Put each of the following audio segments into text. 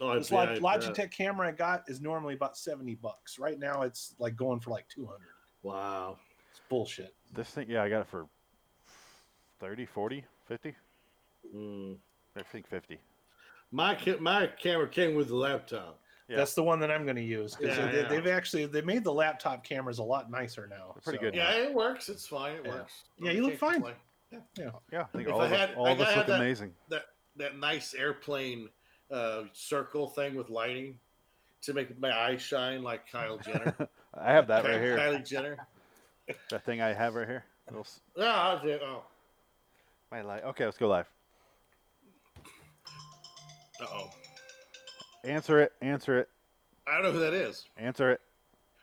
Oh, This yeah, I Log- bet. Logitech camera I got is normally about seventy bucks. Right now, it's like going for like two hundred. Wow. It's bullshit. This thing, yeah, I got it for 30, 40, 50. Mm. I think 50. My ca- my camera came with the laptop. Yeah. That's the one that I'm going to use because Yeah, they, yeah. they've actually they made the laptop cameras a lot nicer now. They're pretty good. Yeah, it works. It's fine. It Yeah. works. Yeah, you look Can't fine. complain. Yeah, I think If all I of, us- had- all I of us had look that- amazing. That nice airplane uh, circle thing with lighting to make my eyes shine like Kyle Jenner. I have that right here. Kylie Jenner. That thing I have right here. Little s- Yeah, I did. Oh, My light. Okay, let's go live. uh oh. Answer it. Answer it. I don't know who that is. Answer it.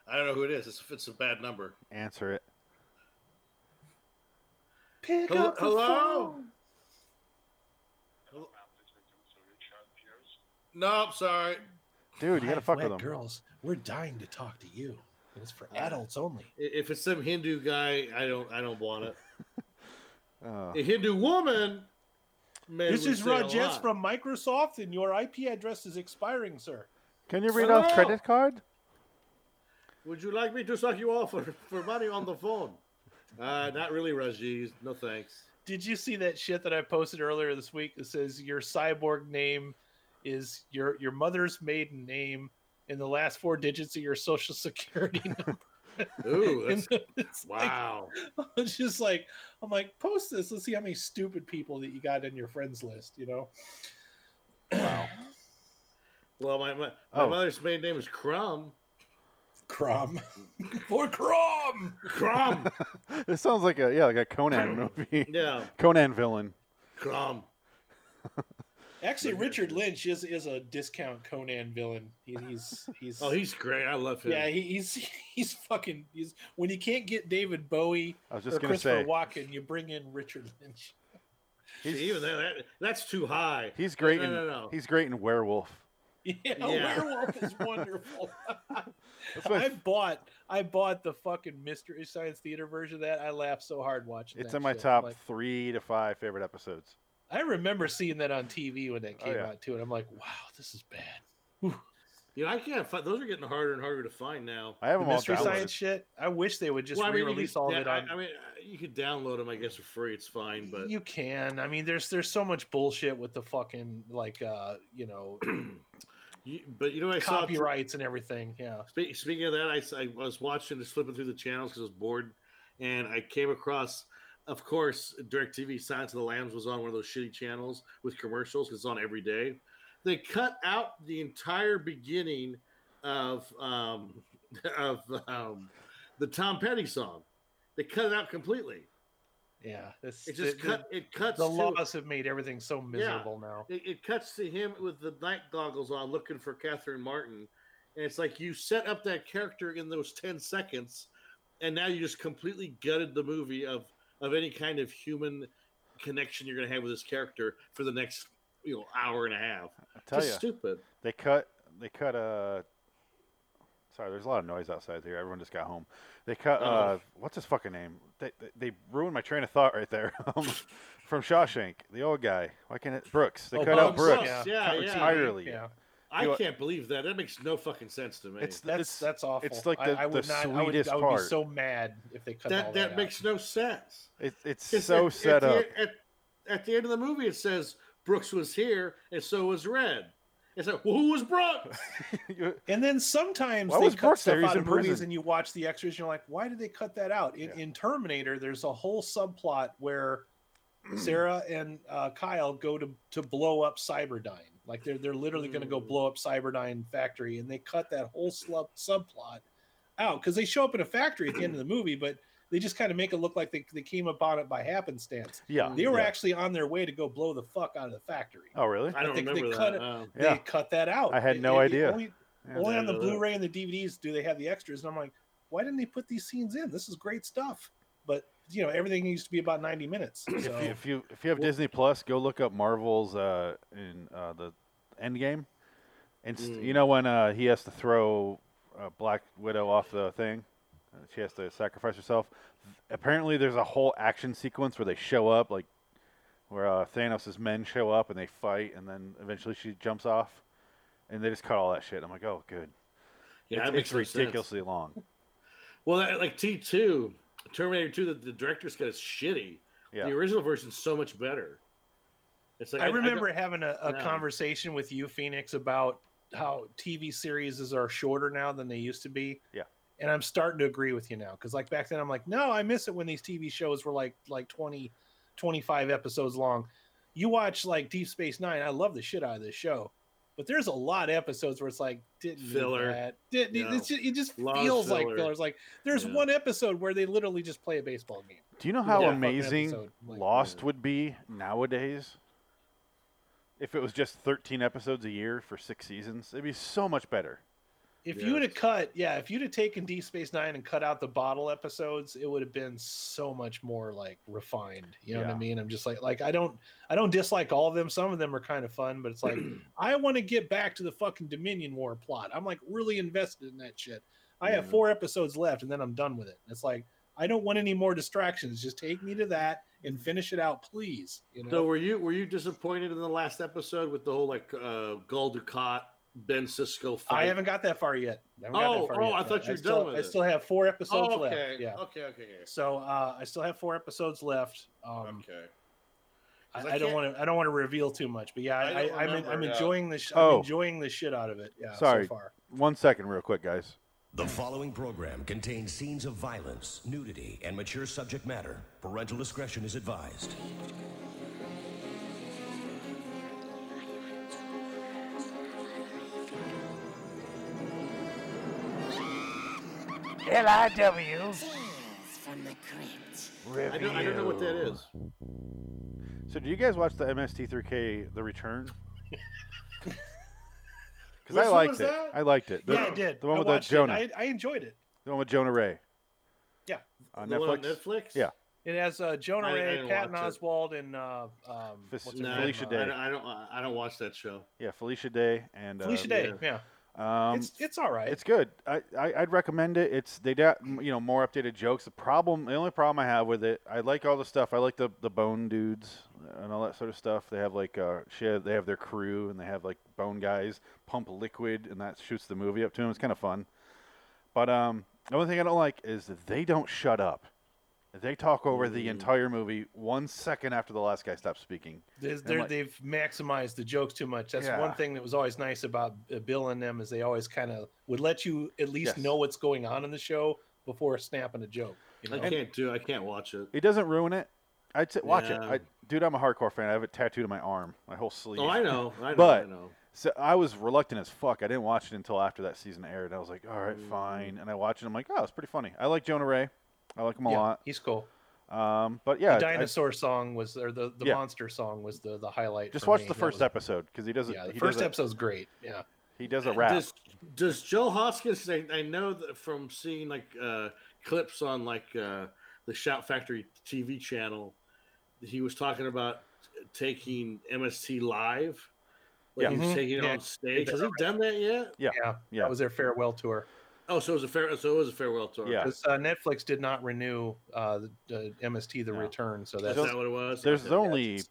I don't know who it is. It's, it's a bad number. Answer it. Pick Hello- up the hello? phone. No, I'm sorry. Dude, you gotta Live fuck wet with them. Girls, we're dying to talk to you. And it's for Yeah. adults only. I- If it's some Hindu guy, I don't. I don't want it. Oh, A Hindu woman. Man, This would is say a Rajesh lot. from Microsoft, and your IP address is expiring, sir. Can you read off Hello? credit card? Would you like me to suck you off for, for money on the phone? Uh, not really, Rajesh. No thanks. Did you see that shit that I posted earlier this week that says your cyborg name is your your mother's maiden name and the last four digits of your social security number? Ooh, And that's, it's like- wow. it's just like I'm like post this. Let's see how many stupid people that you got in your friends list. You know, Well, my, my, my Oh. mother's maiden name is Crumb. Crom for Crom. Crumb. This sounds like a yeah, like a Conan movie. yeah, Conan villain. Crumb. Actually, Richard Lynch is is a discount Conan villain. He, he's he's Oh, he's great. I love him. yeah he, he's he's fucking he's when you can't get David Bowie. I was or just gonna Christopher say Walken, you bring in Richard Lynch. See, even that, that, that's too high. he's great No, in no, no. he's great in werewolf. Yeah, Yeah. Werewolf is wonderful. That's I my, bought I bought the fucking Mystery Science Theater version of that. I laughed so hard watching. it's that in my shit. top Like, three to five favorite episodes. I remember seeing that on TV when that Oh, came yeah. out too, and I'm like, wow, this is bad. You know, I can't find those are getting harder and harder to find now. I have The them all Mystery downloaded. Science shit. I wish they would just Well, I mean, you re-release could- all yeah, of it I- on. I, mean, you could download them, I guess, for free. It's fine, but you can. I mean, there's there's so much bullshit with the fucking like uh you know you, but you know, what I saw t- copyrights and everything. Yeah. Spe- Speaking of that, I, s- I was watching, just flipping through the channels because I was bored, and I came across, of course, DirecTV Silence of the Lambs was on one of those shitty channels with commercials 'cause it's on every day. They cut out the entire beginning of um, of um, the Tom Petty song. They cut it out completely. Yeah. It's, It just the- cut. It cuts. the to- laws have made everything so miserable now. it, it cuts to him with the night goggles on looking for Catherine Martin. And it's like you set up that character in those 10 seconds, and now you just completely gutted the movie of, of any kind of human connection you're going to have with this character for the next you know hour and a half. I tell just you, stupid. they cut they cut uh sorry there's a lot of noise outside here everyone just got home they cut Uh-oh. uh what's his fucking name they, they, they ruined my train of thought right there um, from shawshank the old guy why can't it brooks they Oh, cut out Bob brooks Brooks, yeah, cut yeah. entirely Yeah, I You know- can't believe that. That makes no fucking sense to me. it's that's it's that's awful. it's like I, the- I the would not, I would, sweetest I would part. be so mad if they cut all that that out. makes no sense. it, it's It's so at- at set the- up At, at the end of the movie, it says Brooks was here, and so was Red. It's like, well, who was Brooks? You- And then sometimes Why they was cut Brooks stuff there? He's out in of movies, prison. and you watch the extras, and you're like, why did they cut that out? In, Yeah. in Terminator, there's a whole subplot where Sarah and uh, Kyle go to to blow up Cyberdyne. Like they're they're literally going to go Mm. blow up Cyberdyne factory, and they cut that whole slub, subplot out because they show up in a factory at the end of the movie, but they just kind of make it look like they, they came upon it by happenstance. yeah They were yeah. actually on their way to go blow the fuck out of the factory. oh really I don't think they remember cut that. it- Oh. yeah They cut that out. I had It- no it- it idea. only- Yeah. only on the Yeah, no, no. Blu-ray and the DVDs do they have the extras, and I'm like, why didn't they put these scenes in? This is great stuff. But you know, everything used to be about 90 minutes. if, you, So if you if you have Well- Disney Plus, go look up Marvel's uh, in uh, the Endgame, and st- you Mm. know when uh, he has to throw uh, Black Widow off the thing, uh, she has to sacrifice herself. Apparently, there's a whole action sequence where they show up, like where uh, Thanos' men show up and they fight, and then eventually she jumps off. and they just cut all that shit. I'm like, oh, good. Yeah, it's, that makes it's no sense. ridiculously long. Well, that- like T two, Terminator two, the, the director's cut is shitty. Yeah. The original version's so much better. It's like I don't- remember having a, a No. conversation with you, Phoenix, about how TV series are shorter now than they used to be. Yeah. And I'm starting to agree with you now because, like, back then I'm like, no, I miss it when these TV shows were like like 20, 25 episodes long. You watch like Deep Space Nine. I love the shit out of this show, but there's a lot of episodes where it's like didn't need Filler. that. Didn't need- No. it's ju- it just Lot of feels like filler. fillers. Like there's Yeah. one episode where they literally just play a baseball game. Do you know how Yeah, fucking amazing episode, like- Lost would be nowadays? If it was just 13 episodes a year for six seasons, it'd be so much better. If Yes. you would have cut, yeah, if you'd have taken Deep Space Nine and cut out the bottle episodes, it would have been so much more like refined. You know what Yeah. I mean? I'm just like, like I don't, I don't dislike all of them. Some of them are kind of fun, but it's like I want to get back to the fucking Dominion War plot. I'm like really invested in that shit. I have Yeah. four episodes left, and then I'm done with it. It's like I don't want any more distractions. Just take me to that and finish it out, please. You know? So were you were you disappointed in the last episode with the whole like uh Gul Dukat Ben Cisco fight? I haven't got that far yet. I Oh, haven't got that far oh, yet. I thought you were still, done with I it. still have four episodes Oh, okay. left. Yeah. okay, okay, okay, So uh, I still have four episodes left. Um, okay. I, 'Cause I don't can't- want to. I don't want to reveal too much. But yeah, I I, I, don't I'm, en- I'm remember, uh, yeah. enjoying this. I'm Oh. enjoying the shit out of it. Yeah. Sorry. So far. One second, real quick, guys. The following program contains scenes of violence, nudity, and mature subject matter. Parental discretion is advised. LIW. from the crypt. I don't, I don't know what that is. So, do you guys watch the MST3K The Return? Because Which I one liked was it. that? I liked it. The, yeah, I did. The one I with the watched it. Jonah. I, I enjoyed it. The one with Jonah Ray. Yeah. On The Netflix. one on Netflix? Yeah. It has uh, Jonah I- I Ray, didn't Patton watch it. Oswald, and uh, um, Fis- what's her No, name? Felicia Uh, I, Day. don't, I don't. I don't watch that show. Yeah, Felicia Day and uh, Felicia Day. Yeah. Um, it's it's all right. It's good. I, I I'd recommend it. It's they got you know more updated jokes. The problem, the only problem I have with it, I like all the stuff. I like the the bone dudes and all that sort of stuff. They have like uh shit. They have their crew and they have like bone guys pump liquid and that shoots the movie up to them. It's kind of fun. But um, the only thing I don't like is that they don't shut up. They talk over Mm. the entire movie one second after the last guy stops speaking. There's- I'm they're- like- they've maximized the jokes too much. That's Yeah. one thing that was always nice about uh, Bill and them is they always kind of would let you at least Yes. know what's going on in the show before snapping a joke. You know? I can't do. I can't watch it. It doesn't ruin it. I'd say watch Yeah. it. I, dude, I'm a hardcore fan. I have it tattooed on my arm, my whole sleeve. Oh, I know. I know. But- I know. So I was reluctant as fuck. I didn't watch it until after that season aired. I was like, all Mm-hmm. right, fine. And I watched it. I'm like, oh, it's pretty funny. I like Jonah Ray. I like him a yeah, he's cool. lot. Um, but yeah, the I- dinosaur song was or the, the Yeah. monster song was the the highlight. just for watch me. the That first was- episode because he does it. Yeah, the he first does a- episode's great. Yeah, he does a rap. Does, does Joe Hoskins? 'cause I, I know that from seeing like uh, clips on like uh, the Shout Factory TV channel, he was talking about taking MST live. Like Yeah. he was Mhm. taking it Yeah. on stage. Has he done that yet? yeah, Yeah. That was their farewell tour Oh, so it was a fair. So it was a farewell tour. Yeah. because uh, Netflix did not renew uh, the, the MST The No. Return, so That's that's not what it was. There's Okay. only,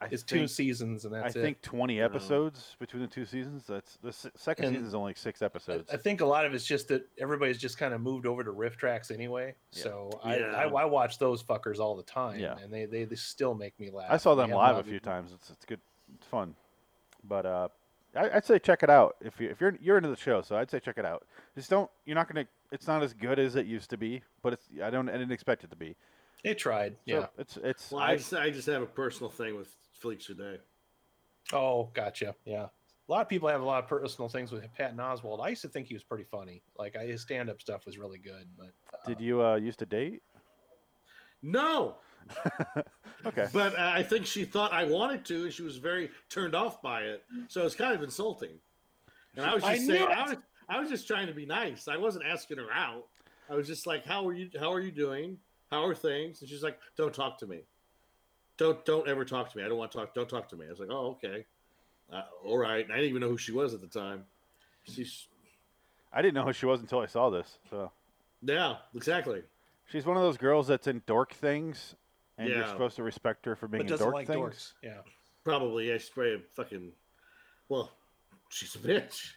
I it's two think, seasons and I that's it. Mm-hmm. think 20 No. episodes between the two seasons. That's the se- second And- season is only like six I- episodes. I think a lot of it's just that everybody's just kind of moved over to riff tracks anyway. Yeah. So I, Yeah. I I watch those fuckers all the time, Yeah. and they, they they still make me laugh. I saw They them have live a not- few times. It's it's good, it's fun. But uh, I, I'd say check it out if you if you're you're into the show. So I'd say check it out. Just don't. You're not gonna. It's not as good as it used to be. But it's. I don't. I didn't expect it to be. They tried, So yeah. It's it's. Well, I I, just, I just have a personal thing with Felix today. Oh, gotcha. Yeah, a lot of people have a lot of personal things with Patton Oswald. I used to think he was pretty funny. Like I, his stand up stuff was really good, but uh, did you uh used to date? No, Okay. but uh, I think she thought I wanted to, and she was very turned off by it. So it's kind of insulting. And I was I just knew saying, it. I was, I was just trying to be nice. I wasn't asking her out. I was just like, "How are you? How are you doing? How are things?" And she's like, "Don't talk to me. Don't don't ever talk to me. I don't want to talk. Don't talk to me." I was like, "Oh, okay, uh, all right." And I didn't even know who she was at the time. She's I didn't know who she was until I saw this. So yeah, exactly. she's one of those girls that's in dork things, and you're Yeah. supposed to respect her for being but in doesn't dork like dorks. things. Yeah, Probably, yeah. She's probably a fucking. Well, she's a bitch.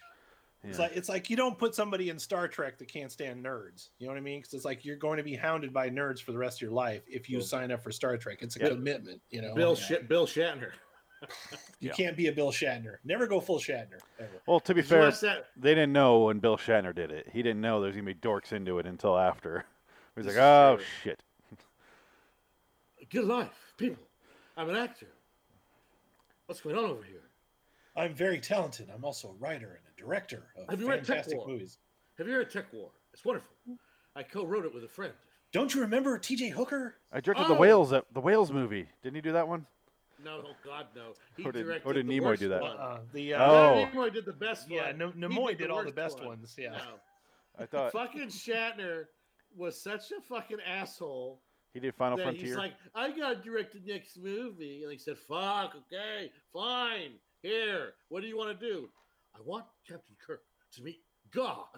It's Yeah. like it's like you don't put somebody in Star Trek that can't stand nerds. You know what I mean? Because it's like you're going to be hounded by nerds for the rest of your life if you Yeah. sign up for Star Trek. It's a Yeah. commitment. You know, Bill Oh, Yeah. Sh- Bill Shatner. You Yeah. can't be a Bill Shatner. Never go full Shatner. Ever. Well, to be Did you fair, watch that? they didn't know when Bill Shatner did it. He didn't know there's gonna be dorks into it until after. He's This like, is oh true. shit. Good life, people. I'm an actor. What's going on over here? I'm very talented. I'm also a writer and a director of Have you read Tech fantastic War? movies. Have you heard of Tech War? It's wonderful. I co-wrote it with a friend. Don't you remember T.J. Hooker? I directed the Oh! whales ep- the whales movie. Didn't he do that one? No, oh God, no. He Or did- or directed did the Nimoy worst do that? one. Uh, the uh, Oh. Yeah, Nimoy did the best yeah, one. no, He Nimoy did all the worst best one. ones. Yeah, No. I thought fucking Shatner was such a fucking asshole he did Final that he's Frontier. like, I gotta direct the next movie. And he said, Fuck, okay, fine. Here, what do you want to do? I want Captain Kirk to meet God.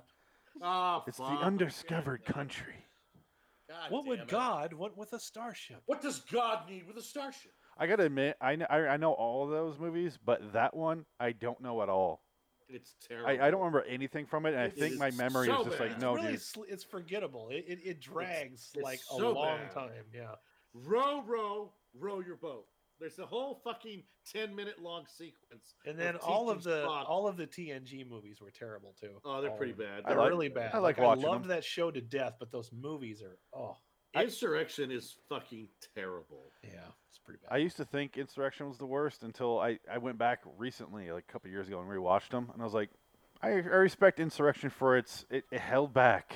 Ah, it's the fuck, okay, undiscovered God. country. God what damn would it. God want with a starship? What does God need with a starship? I gotta admit, I know, I, I know all of those movies, but that one I don't know at all. It's terrible. I, I don't remember anything from it, and I It think is my memory so is just like, bad. no, it's really dude. sl- it's forgettable. It it, it drags it's like so a long bad. time. Yeah. Row, row, row your boat. There's a whole fucking ten minute long sequence. And then of all of TT the Spock. all of the TNG movies were terrible too. oh, they're All pretty of them. bad. I They're like- really bad. I like watching I loved them. that show to death, but those movies are oh I- Insurrection is fucking terrible. yeah, it's pretty bad. I used to think Insurrection was the worst until I, I went back recently, like a couple years ago, and rewatched them, and I was like, I, I respect Insurrection for its it, it held back.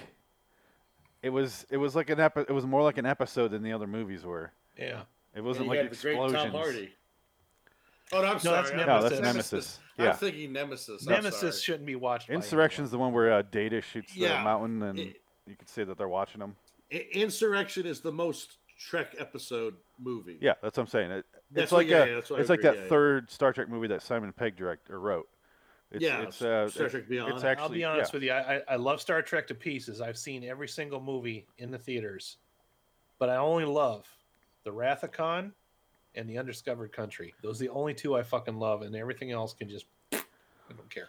It was it was like an epi- it was more like an episode than the other movies were. yeah. It And wasn't you like had the great Tom explosions. Hardy. Oh, no, I'm sorry. that's I'm- Nemesis. No, that's Nemesis. I'm Yeah, thinking Nemesis. I'm Nemesis sorry. shouldn't be watched. by Insurrection's the one where uh, Data shoots Yeah. the mountain, and It- you can see that they're watching them. I- Insurrection is the most Trek episode movie. Yeah, that's what I'm saying. It, That's it's what- like yeah, a, yeah, that's what I it's like agree, that yeah, yeah. third Star Trek movie that Simon Pegg direct or wrote. It's, Yeah, it's, uh, Star it's- Trek Beyond. It's I'll actually, I'll be honest yeah. with you. I, I I love Star Trek to pieces. I've seen every single movie in the theaters, but I only love the Wrath of Khan and the Undiscovered Country. Those are the only two I fucking love, and everything else can just I don't care.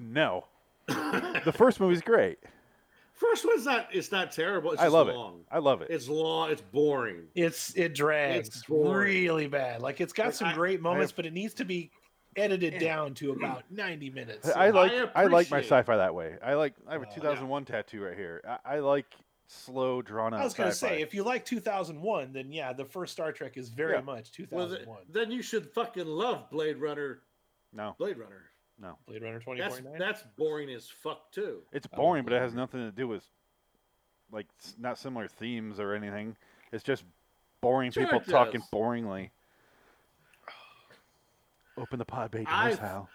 No, the first movie's great. First one's not. It's not terrible. It's I just love long. it. I love it. It's long. It's boring. It's it drags It's boring. really bad. Like it's got Like, some I- great moments, have- but it needs to be edited down to about ninety minutes. I like I I, like my appreciate- sci-fi that way. I like I have a Oh, yeah. 2001 tattoo right here. I, I like slow drawn out. I was gonna sci-fi. say, if you like 2001, then yeah, the first Star Trek is very Yeah. much Well, th- 2001. then you should fucking love Blade Runner. no, Blade Runner. Blade Runner That's 2049. that's boring as fuck too. it's I love boring, but it Blade has Runner. nothing to do with like s- not similar themes or anything. It's just boring Sure people it talking does. boringly. Open the pod bay doors, I've- Hal.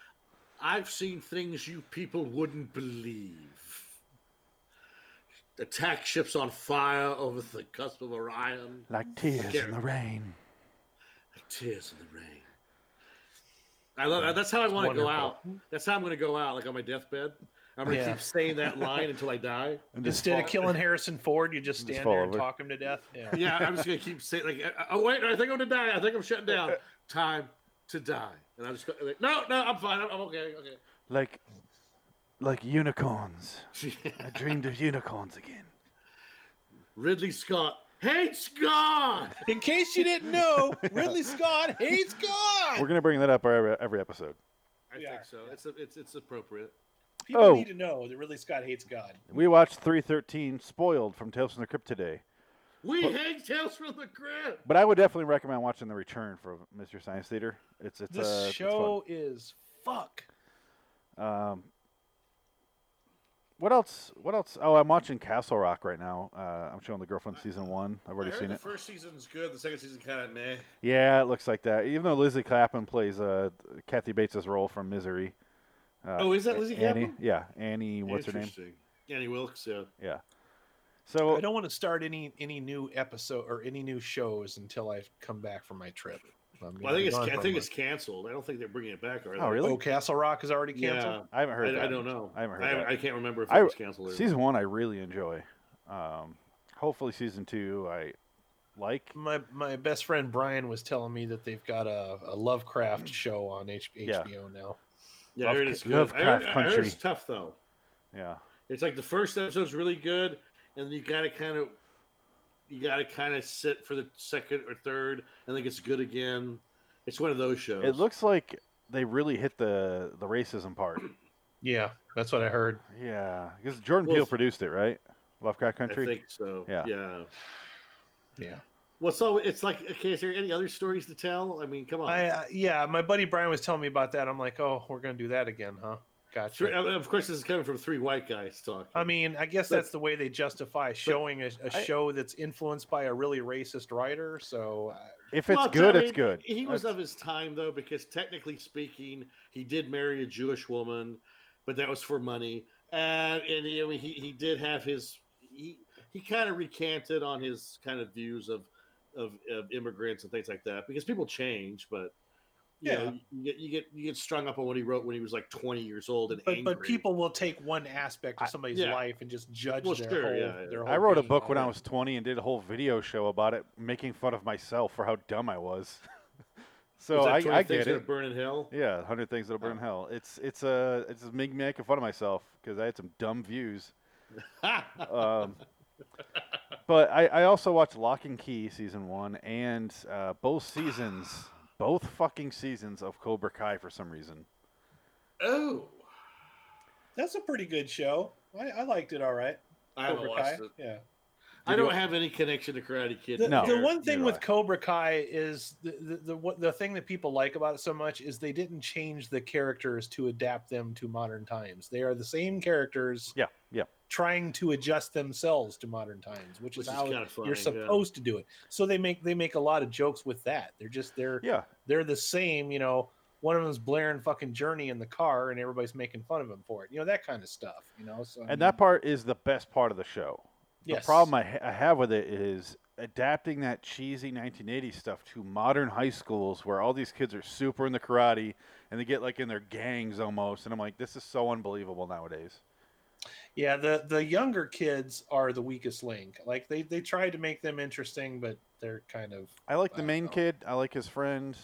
I've seen things you people wouldn't believe. Attack ships on fire over the cusp of Orion. Like tears Scary. in the rain. Tears in the rain. I love. That's how I want to go wonderful. out. That's how I'm going to go out, like on my deathbed. I'm going to Yeah. keep saying that line until I die. And just Instead of killing Harrison Ford, you just Just stand fall there and over. talk him to death. Yeah. Yeah, I'm just going to keep saying like, oh wait, I think I'm going to die. I think I'm shutting down. Time to die. And I'm just go- like, no, no, I'm fine. I'm, I'm okay. like like unicorns. Okay. I dreamed of unicorns again. Ridley Scott hates God. In case you didn't know, Ridley Scott hates God. We're gonna bring that up every, every episode. I We think are, so. yeah. It's it's it's appropriate. People Oh. need to know that Ridley Scott hates God. We watched 313 spoiled from Tales from the Crypt today, We hang tales from the crypt. but I would definitely recommend watching The Return for Mr. Science Theater. It's it's This uh, it's fun. show is fuck. Um, what else? What else? Oh, I'm watching Castle Rock right now. Uh, I'm showing the girlfriend season one. I've already I heard seen the it. first season's good. The second season kind of meh. Yeah, it looks like that. Even though Lizzie Clapham plays uh, Kathy Bates' role from Misery. Uh, Oh, is that Lizzie Annie? Caplan? Yeah, Annie. What's her name? Interesting. Annie Wilkes. Yeah. Yeah. I So don't want to start any any new episode or any new shows until I come back from my trip. I'm Well, I gonna be think it's gone I for a think month. it's canceled. I don't think they're bringing it back. Are they? Oh, really? Oh, Castle Rock is already Yeah. canceled. I haven't heard. I, that. I don't know. I haven't heard I, that. I can't remember if I- it was canceled. Or Season one, I really enjoy. Um, hopefully, season two, I like. My my best friend Brian was telling me that they've got a, a Lovecraft show on H- Yeah. HBO now. Yeah, I heard it's good. Lovecraft I heard, I heard Country. it's tough though. Yeah. It's like the first episode's really good, and you gotta kind of, you gotta kind of sit for the second or third, and then it's good again. It's one of those shows. It looks like they really hit the the racism part. Yeah, that's what I heard. Yeah, because Jordan Well, Peele it's- produced it, right? Lovecraft I Country. think so. Yeah. Yeah. Yeah. Well, so it's like, okay, is there any other stories to tell? I mean, come on. I uh, yeah, my buddy Brian was telling me about that. I'm like, oh, we're gonna do that again, huh? Three- Gotcha. of- of course, this is coming from three white guys talking. I mean, I guess that's the way they justify showing a, a I- show that's influenced by a really racist writer. So, uh, If it's Well, good, I it's mean, good. He was That's- of his time though, because technically speaking, he did marry a Jewish woman, but that was for money. And and you know, he he did have his he he kind of recanted on his kind of views of, of of immigrants and things like that because people change, but. You Yeah. know, you get, you get you get strung up on what he wrote when he was like 20 years old and but, angry. but people will take one aspect of somebody's yeah. life and just judge Well, their, sure, whole, yeah, yeah. their whole I wrote a being oh, book when on I it. was 20 and did a whole video show about it, making fun of myself for how dumb I was. so Was that Oh. I, 20 I things get gonna it. Burn in hell. Yeah, 100 things that'll burn in hell. It's it's a it's just me making fun of myself because I had some dumb views. Um, but I, I also watched Lock and Key season one and uh, both seasons, both fucking seasons of Cobra Kai for some reason. oh, That's a pretty good show. I, I liked it all right. I haven't Cobra watched Kai, it. Yeah. I Did you- don't have any connection to Karate Kid. The, No. the one thing neither with do I. Cobra Kai is the, the, the what the thing that people like about it so much is they didn't change the characters to adapt them to modern times. They are the same characters Yeah, yeah. trying to adjust themselves to modern times, which, Which is is how kinda funny, you're yeah. supposed to do it. So they make they make a lot of jokes with that. They're just they're Yeah, they're the same, you know. One of them's blaring fucking Journey in the car, and everybody's making fun of him for it. You know that kind of stuff. You know, so I mean, and Mm-hmm. that part is the best part of the show. yes. The problem I, ha- I have with it is adapting that cheesy 1980s stuff to modern high schools where all these kids are super into karate and they get like in their gangs almost. And I'm like, this is so unbelievable nowadays. Yeah, the the younger kids are the weakest link. Like they they tried to make them interesting, but they're kind of I like the I main know. kid. I like his friend.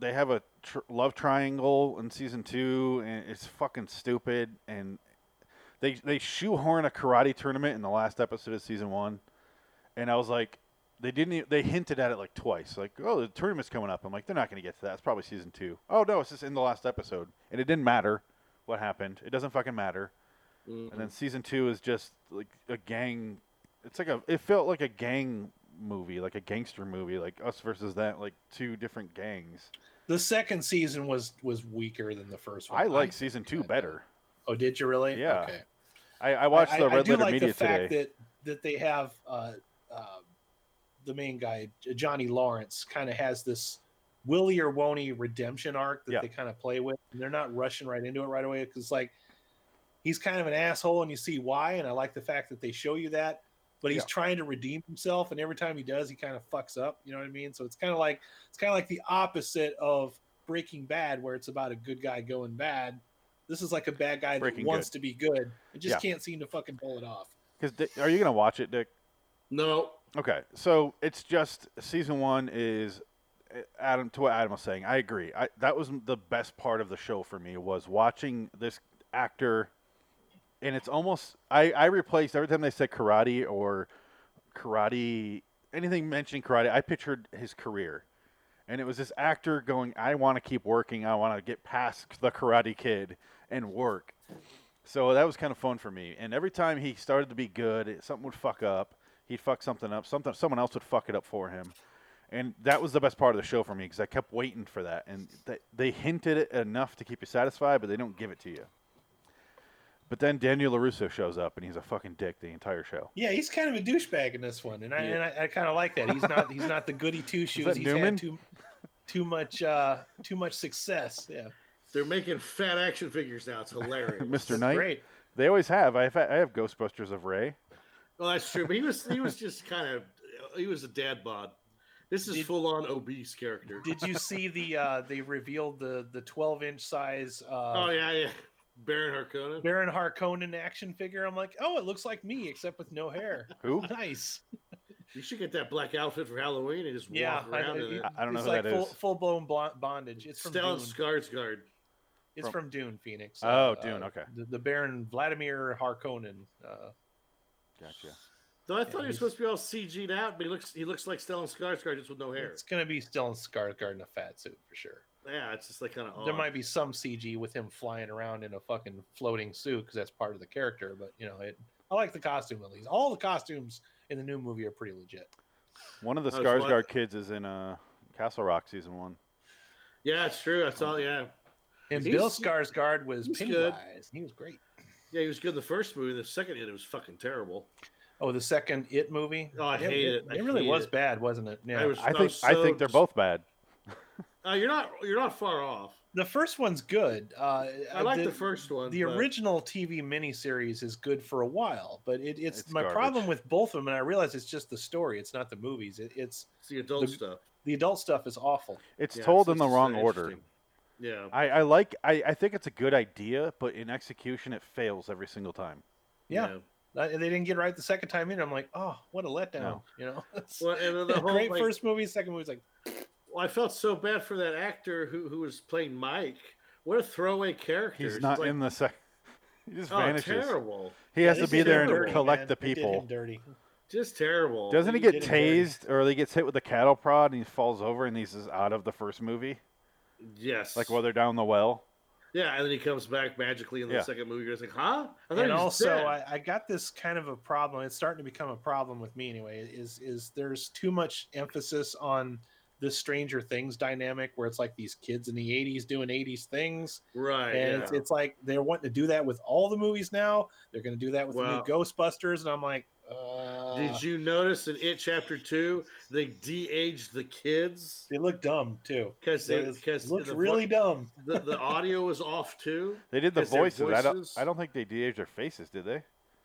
They have a tr- love triangle in season two, and it's fucking stupid. And they they shoehorn a karate tournament in the last episode of season one, and I was like, they didn't. e- They hinted at it like twice, like, oh, the tournament's coming up. I'm like, they're not going to get to that. It's probably season two. Oh no, it's just in the last episode, and it didn't matter what happened. It doesn't fucking matter. Mm. Mm-hmm. And then season two is just like a gang. It's like a. It felt like a gang movie, like a gangster movie, like us versus that, like two different gangs. the second season was was weaker than the first one. I like season two better. Oh, did you really? Yeah. Okay. I, I watched I- the I- I Red do Letter like Media the fact today. that that they have uh, uh, the main guy Johnny Lawrence kind of has this Willie or Won't redemption arc that Yeah. they kind of play with. And they're not rushing right into it right away because like he's kind of an asshole and you see why. And I like the fact that they show you that. But he's Yeah. trying to redeem himself, and every time he does, he kind of fucks up. You know what I mean? So it's kind of like it's kind of like the opposite of Breaking Bad, where it's about a good guy going bad. This is like a bad guy Breaking that wants to be good. It just Yeah. can't seem to fucking pull it off. Because are you gonna watch it, Dick? No, Okay, so it's just season one is eh, Adam to what Adam was saying. I agree. I that was the best part of the show for me was watching this actor, and it's almost I I replaced every time they said karate or karate anything mentioning karate, I pictured his career, and it was this actor going, I want to keep working. I want to get past the Karate Kid and work. So that was kind of fun for me. And every time he started to be good, it- something would fuck up. He'd fuck something up. Something someone else would fuck it up for him. And that was the best part of the show for me because I kept waiting for that. And they, they hinted it enough to keep you satisfied, but they don't give it to you. But then Daniel Larusso shows up and he's a fucking dick the entire show. Yeah, he's kind of a douchebag in this one, and I and I, I kind of like that. He's not he's not the goody two shoes. that He's Newman? had too too much uh too much success. Yeah, they're making fat action figures now. It's hilarious. Mr. Knight. great. They always have. I have, I have Ghostbusters of Ray. Well, that's true. But he was he was just kind of he was a dad bod. This is Did- full on obese character. Did you see the uh they revealed the the twelve inch size uh oh yeah, yeah. Baron Harkonnen. Baron Harkonnen action figure? I'm like, oh, it looks like me except with no hair. Oh, Who? Nice. You should get that black outfit for Halloween and just Yeah, walk around in it. I don't know it's who like that full, is. Full blown bondage. It's from Stellan Dune. Skarsgård. It's From- from, Dune, Phoenix. Uh, Oh, Dune, okay. The, the Baron Vladimir Harkonnen. Uh, Gotcha. Though I thought he was he's- supposed to be all CG'd out, but he looks he looks like Stellan Skarsgård just with no hair. it's gonna be still in Skarsgård in a fat suit for sure. yeah, it's just like kind of There might be some CG with him flying around in a fucking floating suit because that's part of the character. But you know, it. I like the costume at least. All the costumes in the new movie are pretty legit. One of the I was Skarsgård watch- kids is in uh, Castle Rock season one. Yeah, it's true. I saw. Yeah, And He's- Bill Skarsgård was he's good. Pennywise. He was great. yeah, he was good in the first movie. The second hit, it was fucking terrible. Oh, the second It movie. Oh, I Yeah, hate it. it. I It really hate was it. bad, wasn't it? Yeah. was- I No, think I so think they're dis- both bad. Uh, you're not you're not far off. The first one's good. Uh, I like the first one. The but- original TV miniseries is good for a while, but it, it's, It's my garbage. problem with both of them. And I realize it's just the story; it's not the movies. It, it's It's the adult the- stuff. the adult stuff is awful. It's Yeah, told it's- in the it's just wrong not order. interesting. Yeah, I, I like I, I think it's a good idea, but in execution it fails every single time. Yeah, Uh, and they didn't get it right the second time in. I'm like, oh, what a letdown! No. You know, It's Well, and then the whole great like, first movie, second movie's like, Well, I felt so bad for that actor who who was playing Mike. What a throwaway character! He's It's not like, in the second. He just Oh, vanishes. terrible! He has "This to be is there and dirty, collect man. the They did him people. dirty. Just terrible. Doesn't he He get did him dirty. tased or he gets hit with a cattle prod and he falls over and he's just out of the first movie? yes. Like while they're down the well. yeah, and then he comes back magically in the Yeah. second movie. You're just like, huh? I thought and he was also dead. I, I got this kind of a problem it's starting to become a problem with me anyway is is there's too much emphasis on the stranger things dynamic where it's like these kids in the 80s doing 80s things right. and Uh, Yeah. it's, it's like they're wanting to do that with all the movies now they're going to do that with Well- the new ghostbusters and i'm like uh, Did you notice in It Chapter Two they de-aged the kids they look dumb too because they They because looked the vo- really dumb the, the audio was off too. They did the Is their voices. I don't voices- I don't think they de-aged their faces, did they?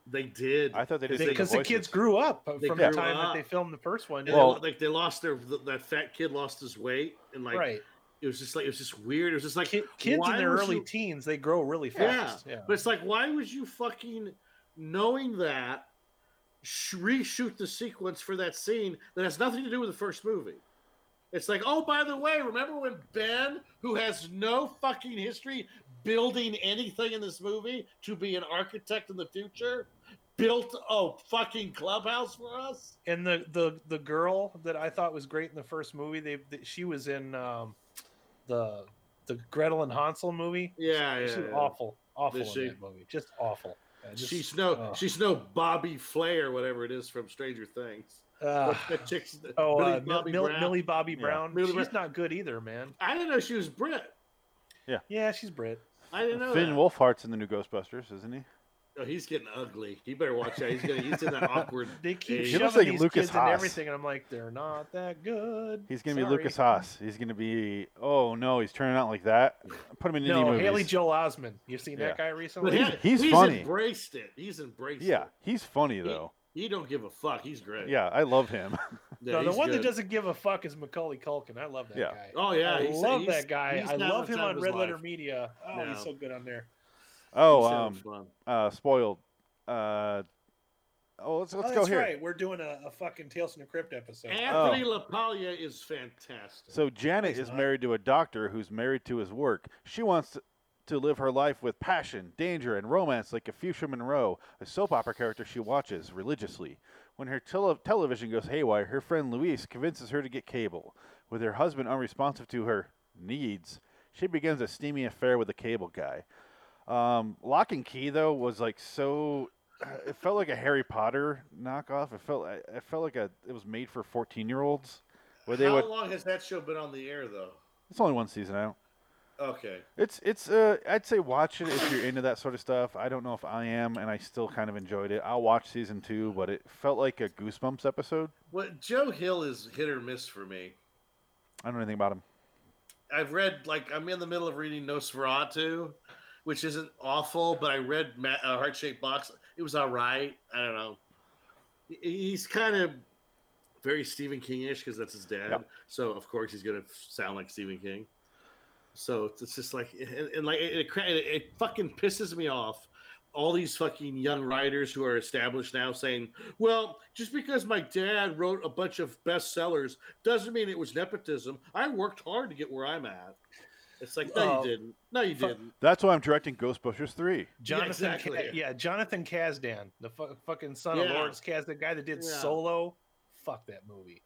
They did. I thought they just did because the the voices. kids grew up from They the grew time up. that they filmed the first one And Well- they, like they lost their that fat kid lost his weight and like right it was just like it was just weird. It was just like Ki- kids why in their was early you- teens they grow really Yeah. fast yeah. But it's like, why would you fucking knowing that sh- reshoot the sequence for that scene that has nothing to do with the first movie? It's like, oh, by the way, remember when Ben, who has no fucking history building anything in this movie to be an architect in the future, built a fucking clubhouse for us? and the the the girl that I thought was great in the first movie, they, they- she was in um, the the Gretel and Hansel movie. Yeah, She yeah. was awful, awful Is in she? that movie, just awful. I just- She's no, oh. she's no Bobby Flair, whatever it is from Stranger Things. uh, That chick's- oh, Millie uh, Mil- Bobby Mil- Brown. Millie Bobby Yeah. Brown. Millie she's Brown. not good either, man. I didn't know she was Brit. Yeah, she's Brit. I didn't know Finn that. Wolfhard's in the new Ghostbusters, isn't he? Oh, he's getting ugly. He better watch out. He's gonna he's in that awkward. They keep age. He looks shoving like these Lucas kids Haas. and everything, and I'm like, they're not that good. He's gonna be Sorry. Lucas Haas. He's gonna be oh no, he's turning out like that. Put him in any No, movies. Haley Joel Osment. You've seen Yeah. that guy But recently? he- He's- he's funny. embraced it. He's embraced yeah, it. he's funny He- though. He don't give a fuck. He's great. yeah, I love him. Yeah, no, the he's one that good. doesn't give a fuck is Macaulay Culkin. I love that Yeah. guy. Oh yeah, I he's, love he's- that guy. he's I not love the him time on of his Red life. Letter Media. Oh, No. he's so good on there. oh, He's so um, fun. uh, spoiled. Uh, oh, let's oh, let's go that's here. right. We're doing a, a fucking Tales from the Crypt episode. Anthony LaPaglia is fantastic. So Janet he's is not. married to a doctor who's married to his work. She wants to, to live her life with passion, danger, and romance, like a Fuchsia Monroe, a soap opera character she watches religiously. When her tele- television goes haywire, her friend Luis convinces her to get cable. With her husband unresponsive to her needs, she begins a steamy affair with a cable guy. Um, Lock and Key though was like so. uh, It felt like a Harry Potter knockoff. It felt. It felt like a. It was made for fourteen-year-olds. Where they How would. long has that show been on the air though? It's only one season. I don't. Okay. It's it's uh I'd say watch it if you're into that sort of stuff. I don't know if I am, and I still kind of enjoyed it. I'll watch season two, but it felt like a Goosebumps episode. Well, Joe Hill is hit or miss for me. I don't know anything about him. I've read like I'm in the middle of reading Nosferatu, which isn't awful, but I read Ma- uh, Heart Shaped Box. It was all right. I don't know. He- He's kind of very Stephen King-ish because that's his dad. Yep. So of course he's gonna sound like Stephen King. So it's- it's just like and, and like it, it, cra- it, it fucking pisses me off. All these fucking young writers who are established now saying, "Well, just because my dad wrote a bunch of bestsellers doesn't mean it was nepotism. I worked hard to get where I'm at." It's like, no, Uh, you didn't. No, you fu- didn't. That's why I'm directing Ghostbusters 3. Jonathan, yeah, exactly. yeah, Jonathan Kazdan, the fu- fucking son of Yeah. Lawrence Kasdan, the guy that did Yeah. Solo. Fuck that movie.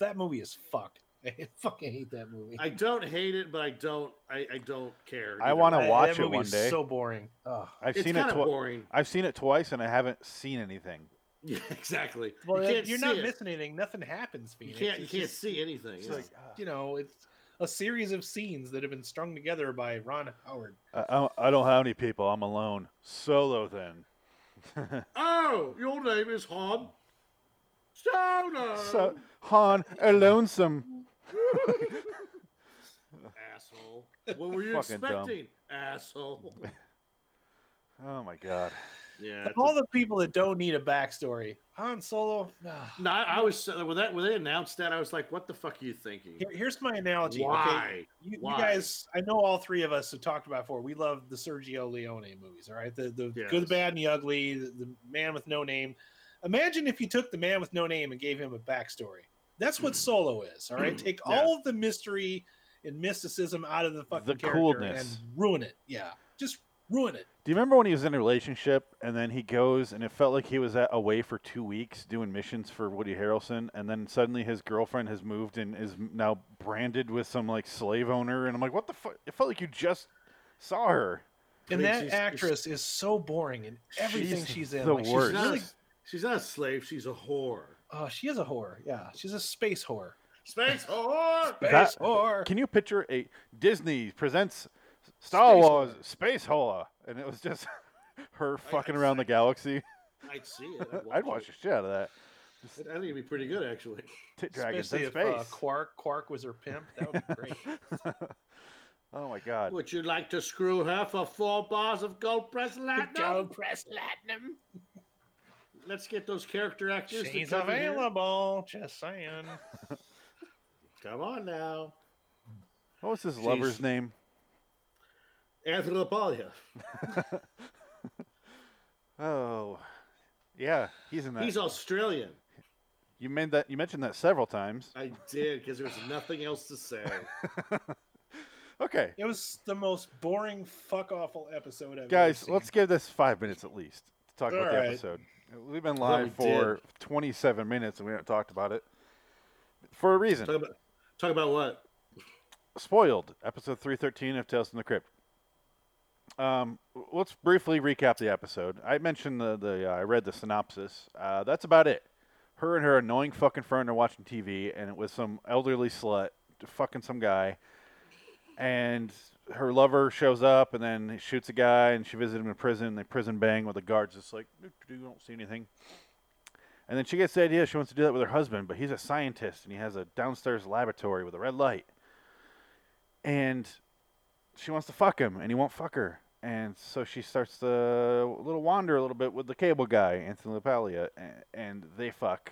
That movie is fucked. I fucking hate that movie. I don't hate it, but I don't. I, I don't care. I either wanna way. That- watch that it movie one is day. So boring. Ugh. I've It's seen kind it of twice. boring. I've seen it twice and I haven't seen anything. Yeah, exactly. Well, you you can't are see not it. missing anything. Nothing happens. You Phoenix. can't. You It's can't just- see anything. It's yeah. like ah. you know, it's a series of scenes that have been strung together by Ron Howard. I, I, I don't have any people. I'm alone. Solo then. oh, your name is Han. Solo. So Han alonesome. asshole. What were you Fucking dumb. expecting, asshole? Oh my god. Yeah. it's All the people that don't need a backstory. Han Solo. ah, nah. a- no, I, I was when that when they announced that, I was like, "What the fuck are you thinking? Here- here's my analogy. okay? Why? You, you Why? guys, I know all three of us have talked about it before. We love the Sergio Leone movies, all right? The the good, Yes. the bad, and the ugly, the, the man with no name. Imagine if you took the man with no name and gave him a backstory. That's what Solo is, all right? Take Hmm. Yeah. all of the mystery and mysticism out of the fucking The character coolness. and ruin it. Yeah, just ruin it. Do you remember when he was in a relationship and then he goes and it felt like he was at, away for two weeks doing missions for Woody Harrelson and then suddenly his girlfriend has moved and is now branded with some like slave owner and I'm like, what the fuck? It felt like you just saw her. I And mean, that she's- actress is so boring in everything she's, She's in. the Like, she's She's worst. not, really- she's not a slave. She's a whore. oh, she is a whore. Yeah, she's a space whore. Space whore. That- Space whore. Can you picture a Disney presents Star Space Wars Space Hola? And it was just her fucking around the galaxy. I'd see it. I'd watch, I'd watch the shit out of that. it. I think it'd be pretty good actually. Tit dragons in Especially if space. uh, Quark Quark was her pimp. That would be great. oh my god. Would you like to screw her for four bars of gold press Go platinum? press platinum. Let's get those character actors. to She's come in here. available. Just saying. Come on now, What was his lover's name? Anthony LaPaglia. Oh. Yeah, he's in that. He's Australian. you made that you mentioned that several times. I did because there was nothing else to say. Okay. It was the most boring, fuck awful episode I've Guys, ever let's give this 5 minutes at least to talk about the Alright. episode. We've been Well, we live for 27 minutes and we haven't talked about it. For a reason. Talk about talk about what? Spoiled, episode 313 of Tales from the Crypt. Um, w- let's briefly recap the episode. I mentioned the, the uh, I read the synopsis. Uh, that's about it. Her and her annoying fucking friend are watching TV, and it was some elderly slut fucking some guy. And her lover shows up, and then he shoots a guy, and she visits him in prison. And they prison bang with the guards, just like, you don't see anything. And then she gets the idea she wants to do that with her husband, but he's a scientist, and he has a downstairs laboratory with a red light and she wants to fuck him, and he won't fuck her. And so she starts to little wander a little bit with the cable guy, Anthony LaPaglia, and, and they fuck.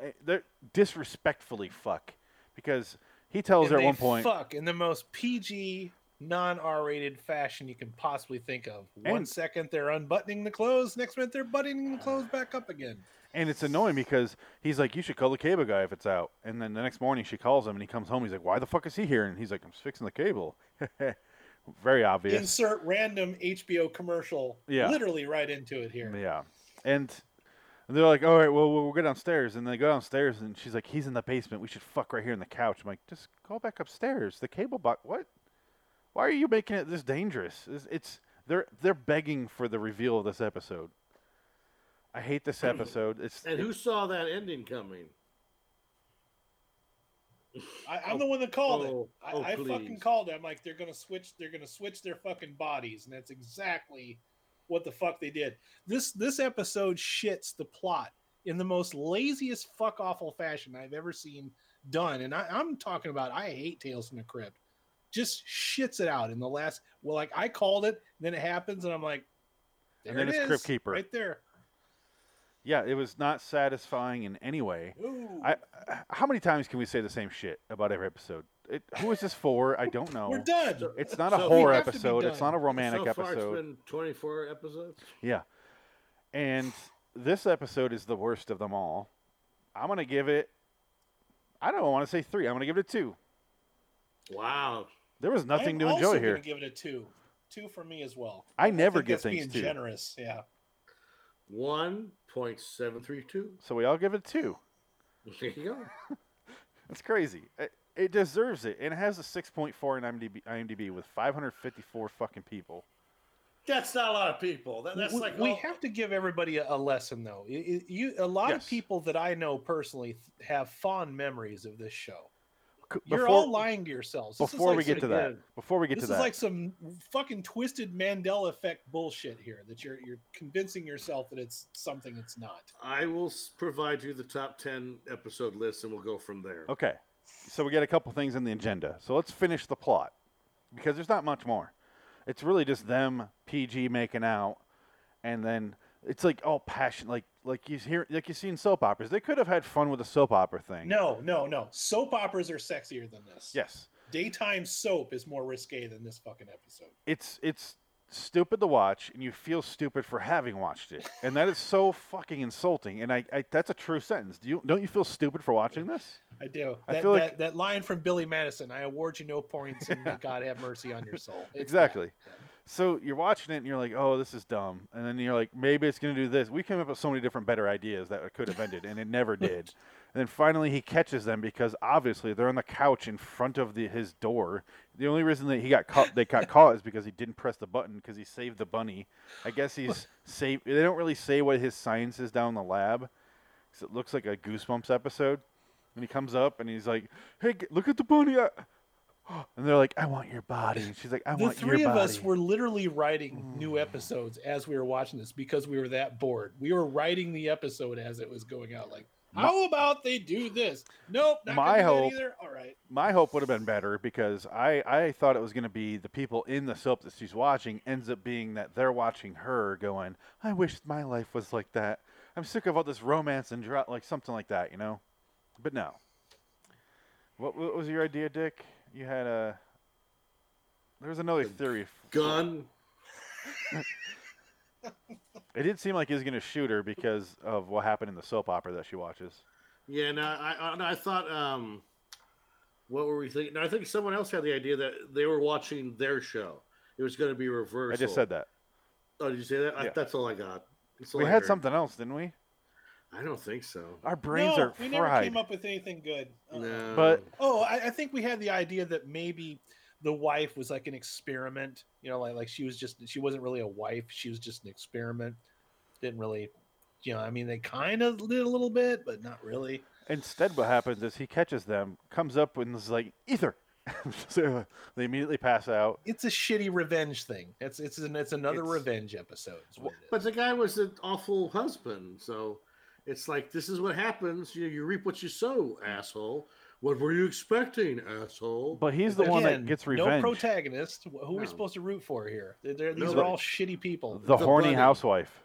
Eh, They're disrespectfully fuck because he tells seen. her And at one they point, Fuck in the most PG, non R rated fashion you can possibly think of. One And- second they're unbuttoning the clothes, next minute they're buttoning the clothes back up again. and it's annoying because he's like, "You should call the cable guy if it's out." And then the next morning she calls him, and he comes home. He's like, "Why the fuck is he here?" And he's like, "I'm fixing the cable." Very obvious. Insert random HBO commercial Yeah. literally right into it here. Yeah, and they're like, "All right, well, we'll we'll go downstairs." And they go downstairs, and she's like, "He's in the basement. We should fuck right here on the couch." I'm like, "Just go back upstairs. The cable box. What? Why are you making it this dangerous? It's, it's they're they're begging for the reveal of this episode. I hate this episode. It's And who saw that ending coming? I, I'm the one that called oh, it. I, oh, I fucking please. called it. I'm like, they're gonna switch. They're gonna switch their fucking bodies, and that's exactly what the fuck they did. This this episode shits the plot in the most laziest fuck awful fashion I've ever seen done. And I, I'm talking about I hate Tales from the Crypt. Just shits it out in the last. Well, like I called it, then it happens, and I'm like, And there then it it's Crypt is, Keeper. right there. yeah, it was not satisfying in any way. Ooh, I, I- how many times can we say the same shit about every episode? It, who is this for? I don't know. we're done. It's not a So- We horror have to be episode. It's done. not a romantic so far, episode. it's been 24 episodes. Yeah. And this episode is the worst of them all. I'm going to give it, I don't want to say three. I'm going to give it a two. Wow, There was nothing I'm to also enjoy gonna here. Give it a two, two for me as well. I never think give that's things being two. generous. Yeah, One point seven three two. So we all give it two. There you go. That's crazy. It, it deserves it, and it has a 6.4 in IMDb, IMDb with 554 fucking people. That's not a lot of people. That, that's we, like we all- have to give everybody a, a lesson though. I- I- you, a lot Yes. of people that I know personally th- have fond memories of this show. C- You're all lying to yourselves. This is before like we get some- to that, before we get this to is that, like some fucking twisted Mandela effect bullshit here that you're you're convincing yourself that it's something it's not. I will s- provide you the top ten episode list, and we'll go from there. Okay. So we got a couple things in the agenda. So let's finish the plot because there's not much more. It's really just them PG making out and then it's like all passion like like you hear like you see in soap operas. They could have had fun with the soap opera thing. No, no, no. Soap operas are sexier than this. Yes. Daytime soap is more risque than this fucking episode. It's it's stupid to watch and you feel stupid for having watched it. And that is so fucking insulting. And I, I that's a true sentence. Do you don't you feel stupid for watching this? I do. I That, feel like- that, that line from Billy Madison, I award you no points and may God have mercy on your soul. It's Exactly. that. So you're watching it and you're like, oh, this is dumb. And then you're like, maybe it's going to do this. We came up with so many different better ideas that it could have ended, and it never did. And then finally he catches them because obviously they're on the couch in front of the, his door. The only reason that he got caught, they got caught, is because he didn't press the button because he saved the bunny. I guess he's saved. They don't really say what his science is down in the lab. 'cause it looks like a Goosebumps episode. And he comes up and he's like, "Hey, g- look at the bunny!" I- And they're like, "I want your body." And she's like, "I The want your three of body." us were literally writing Mm. new episodes as we were watching this because we were that bored. We were writing the episode as it was going out. Like, how about they do this? Nope, not gonna do My that hope- either. All right. my hope would have been better because I, I thought it was going to be the people in the soap that she's watching ends up being that they're watching her going, I wish my life was like that. I'm sick of all this romance and dra-, like something like that, you know? But no. What, what was your idea, Dick? You had a. There was another theory. Gun. It did seem like he was going to shoot her because of what happened in the soap opera that she watches. Yeah, no, I, I, no, I thought, um, what were we thinking? No, I think someone else had the idea that they were watching their show. It was going to be I reversed. just said that. Oh, did you say that? I, Yeah. that's all I got. That's all We I had heard. something else, didn't we? I don't think so. Our brains no, are we fried. never came up with anything good. Uh-uh. No. But Oh, I, I think we had the idea that maybe the wife was like an experiment. You know, like like she was just she wasn't really a wife. She was just an experiment. Didn't really, you know. I mean, they kind of did a little bit, but not really. Instead, what happens is he catches them, comes up, and is like, "Ether." so they immediately pass out. It's a shitty revenge thing. It's it's an, it's another It's- revenge episode. is what it is. but the guy was an awful husband. So it's like, this is what happens. You, you reap what you sow, asshole. What were you expecting, asshole? But he's the one Again, that gets No revenge. protagonist. Who are No. we supposed to root for here? They're, they're- these are Nobody. all shitty people. the The horny bunny. housewife.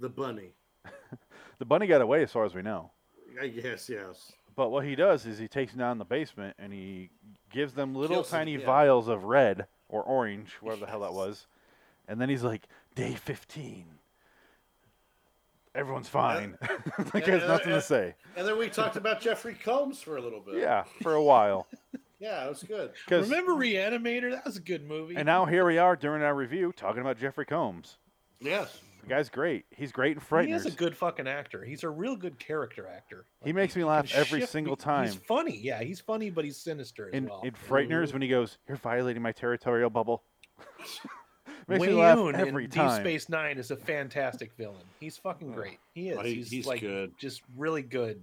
the bunny. The bunny got away, as far as we know. I guess, yes. But what he does is he takes them down in the basement and he gives them little Kills them, tiny yeah. vials of red or orange, whatever the hell that was. And then he's like, "Day 15. Everyone's fine. like, yeah, has yeah, nothing yeah. to say. And then we talked about Jeffrey Combs for a little bit. Yeah, for a while. Yeah, it was good. 'Cause- Remember Reanimator? That was a good movie. and now here we are during our review talking about Jeffrey Combs. Yes. The guy's great. He's great in he Frighteners. is a good fucking actor. He's a real good character actor. He makes me laugh can every shift single me- time. He's funny, yeah. He's funny, but he's sinister as in, well. in Frighteners, when he goes, "You're violating my territorial bubble," makes me laugh Wayoon every in time. Deep Space Nine is a fantastic villain. He's fucking great. He is. Oh, he- he's, he's like good. just really good.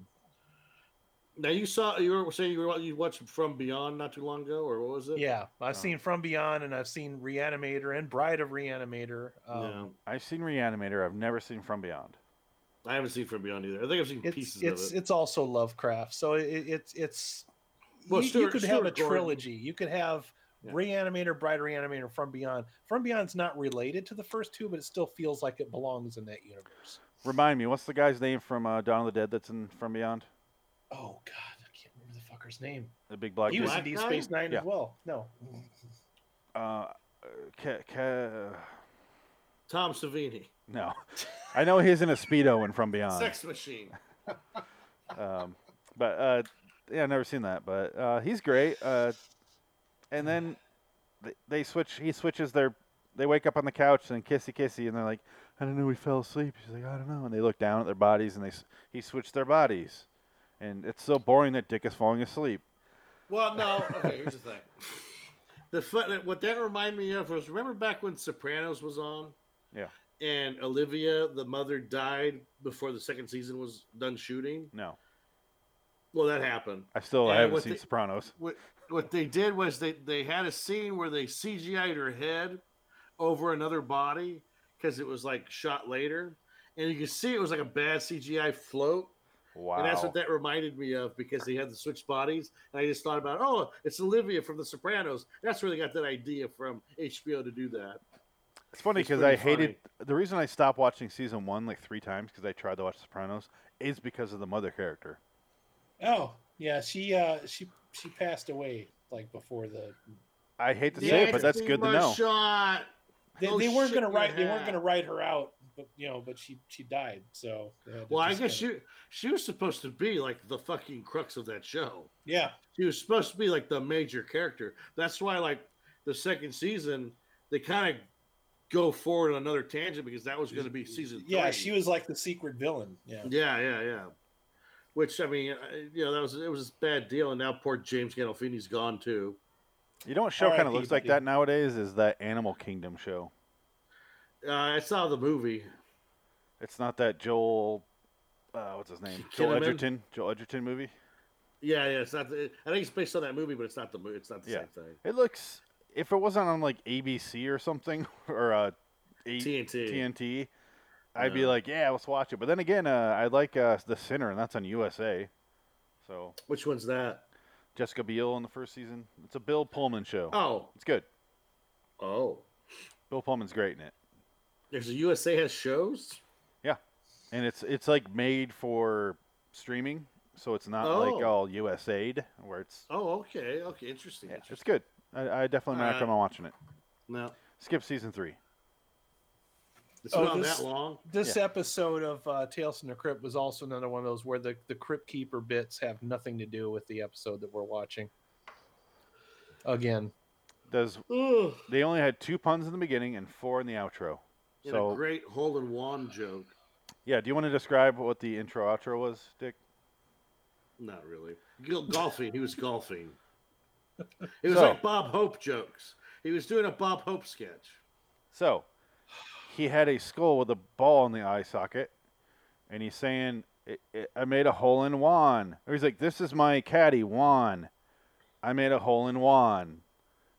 Now you saw you were saying you were you watched From Beyond not too long ago, or what was it? Yeah, I've seen From Beyond and I've seen Reanimator and Bride of Reanimator. Um, Yeah. I've seen Reanimator. I've never seen From Beyond. I haven't seen From Beyond either. I think I've seen It's pieces it's of it. it's also Lovecraft, so it, it's it's Well, you, you Stuart- could have Stuart a Gordon- trilogy. You could have Yeah. Reanimator, Bride of Reanimator, From Beyond. From Beyond's not related to the first two, but it still feels like it belongs in that universe. Remind me, what's the guy's name from uh, Dawn of the Dead that's in From Beyond? Oh God, I can't remember the fucker's name. The big black he was in Black Deep guy? Space Nine Yeah. as well. No, Uh, uh, ca- ca- Tom Savini, no, I know he's in a speedo in From Beyond. Sex Machine. Um, but uh, yeah, I've never seen that. But uh, he's great. Uh, and then th- they switch. He switches their. They wake up on the couch and kissy kissy, and they're like, "I don't know, we fell asleep." She's like, "I don't know," and they look down at their bodies, and they s- he switched their bodies, and it's so boring that Dick is falling asleep. Well, no. Okay, here's the thing. The fun, what that reminded me of was remember back when Sopranos was on, Yeah. and Olivia, the mother, died before the second season was done shooting. No, Well, that happened. I still Yeah, I haven't what seen the- Sopranos. What what they did was they they had a scene where they CGI'd her head over another body because it was like shot later, and you can see it was like a bad CGI float. Wow. And that's what that reminded me of because they had the switch bodies. And I just thought about, oh, it's Olivia from The Sopranos. That's where they got that idea from HBO to do that. It's funny It's because I pretty hated the reason I stopped watching season one like three times because I tried to watch Sopranos is because of the mother character. Oh yeah, she uh she she passed away like before the I hate to Yeah, say it, it's but that's Give good me to my know. Shot. they, Oh, they weren't shit, gonna you write they weren't have. gonna write her out, but you know, but she she died. So they had to Well, I just guess kinda- she she was supposed to be like the fucking crux of that show. yeah She was supposed to be like the major character. That's why like the second season they kind of go forward on another tangent because that was going to be season. yeah three. she was like the secret villain. Yeah, Yeah, yeah, yeah. Which I mean, I- you know, that was it was a bad deal, and now poor James Gandolfini's gone too. You know what show kind of R.I.P., looks like dude. that nowadays is that Animal Kingdom show. Uh, I saw the movie. It's not that Joel, uh, what's his name? Joel Kinnaman? Edgerton. Joel Edgerton movie. Yeah, yeah, it's not. The, I think it's based on that movie, but it's not the movie. It's not the Yeah. same thing. It looks if it wasn't on like ABC or something or uh, A- TNT. TNT, I'd be Yeah. like, yeah, let's watch it. But then again, uh, I like uh, The Sinner, and that's on USA. So Which one's that? Jessica Biel in the first season. It's a Bill Pullman show. Oh, It's good. oh. Bill Pullman's great in it. There's a USA has shows. Yeah. And it's it's like made for streaming, so it's not like Oh. all USA'd where it's Oh, okay, okay, interesting. yeah, it's interesting. good. I, I definitely Alright. recommend watching it. No, Skip season three. it's Oh, not this- that long. This episode of uh, Tales from the Crypt was also another one of those where the, the Crypt Keeper bits have nothing to do with the episode that we're watching. Again, Does Ugh. they only had two puns in the beginning and four in the outro. And a So great hole in wand joke. yeah, do you want to describe what the intro outro was, Dick? Not really. Gil- Golfing. He was golfing. It was So- like Bob Hope jokes. He was doing a Bob Hope sketch. So he had a skull with a ball in the eye socket, and he's saying, I, I- "I made a hole in one." Or he's like, "This is my caddy Juan. I made a hole in one,"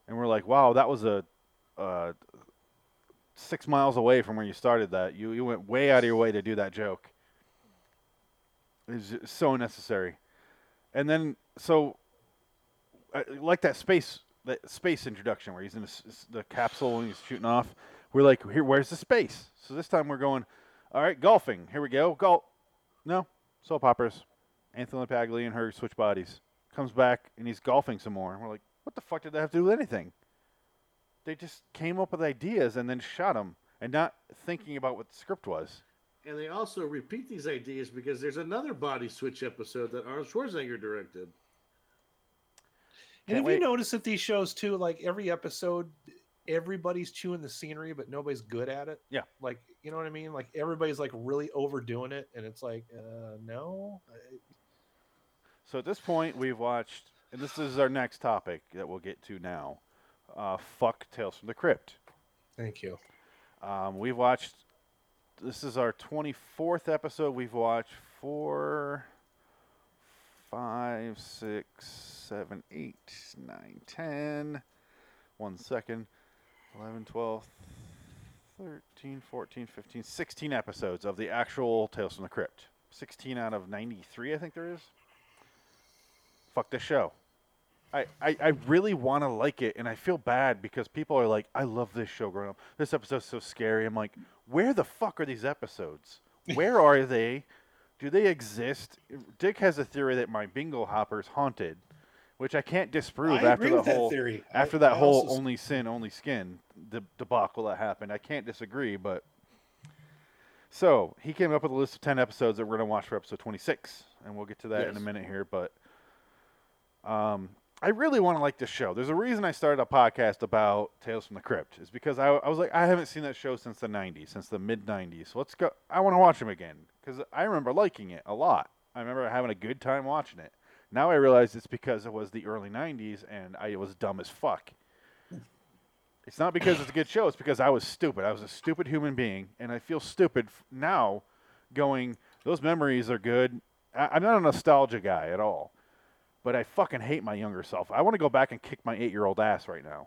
and we're like, "Wow, that was a." Uh, Six miles away from where you started that, you you went way out of your way to do that joke. It's ju- so necessary, and then so I I like that space that space introduction where he's in this, this- the capsule and he's shooting off. We're like, here, where's the space? So this time we're going, all right, golfing. Here we go. Golf. No, soap poppers. Anthony Pagli and her switch bodies. Comes back and he's golfing some more. And we're like, what the fuck did that have to do with anything? They just came up with ideas and then shot them and not thinking about what the script was. And they also repeat these ideas because there's another body switch episode that Arnold Schwarzenegger directed. Can't and if wait. you notice at these shows too, like every episode, everybody's chewing the scenery, but nobody's good at it. Yeah. like you know what I mean. Like everybody's like really overdoing it, and it's like, uh, no, So at this point, we've watched, and this is our next topic that we'll get to now. Uh, fuck Tales from the Crypt. thank you. Um, we've watched. This is our 24th episode. We've watched four, five, six, seven, eight, nine, ten. One second. 11, 12, 13, 14, 15, 16 episodes of the actual Tales from the Crypt. 16 out of 93, I think there is. Fuck this show. I, I, I really want to like it, and I feel bad because people are like, I love this show growing up. This episode's so scary. I'm like, where the fuck are these episodes? Where are they? Do they exist? Dick has a theory that my bingo hopper's haunted, which I can't disprove I after agree the with that whole theory. I- after that I whole also s- only sin, only skin de- debacle that happened. I can't disagree, but so he came up with a list of ten episodes that we're gonna watch for episode twenty six, and we'll get to that in a Yes. minute here. But um, I really want to like this show. There's a reason I started a podcast about Tales from the Crypt. Is because I, I was like, I haven't seen that show since the '90s, since the mid '90s. So let's go. I want to watch them again because I remember liking it a lot. I remember having a good time watching it. Now I realize it's because it was the early '90s and I was dumb as fuck. It's not because it's a good show. It's because I was stupid. I was a stupid human being, and I feel stupid f- now. Going, those memories are good. I- I'm not a nostalgia guy at all, but I fucking hate my younger self. I want to go back and kick my eight-year-old ass right now.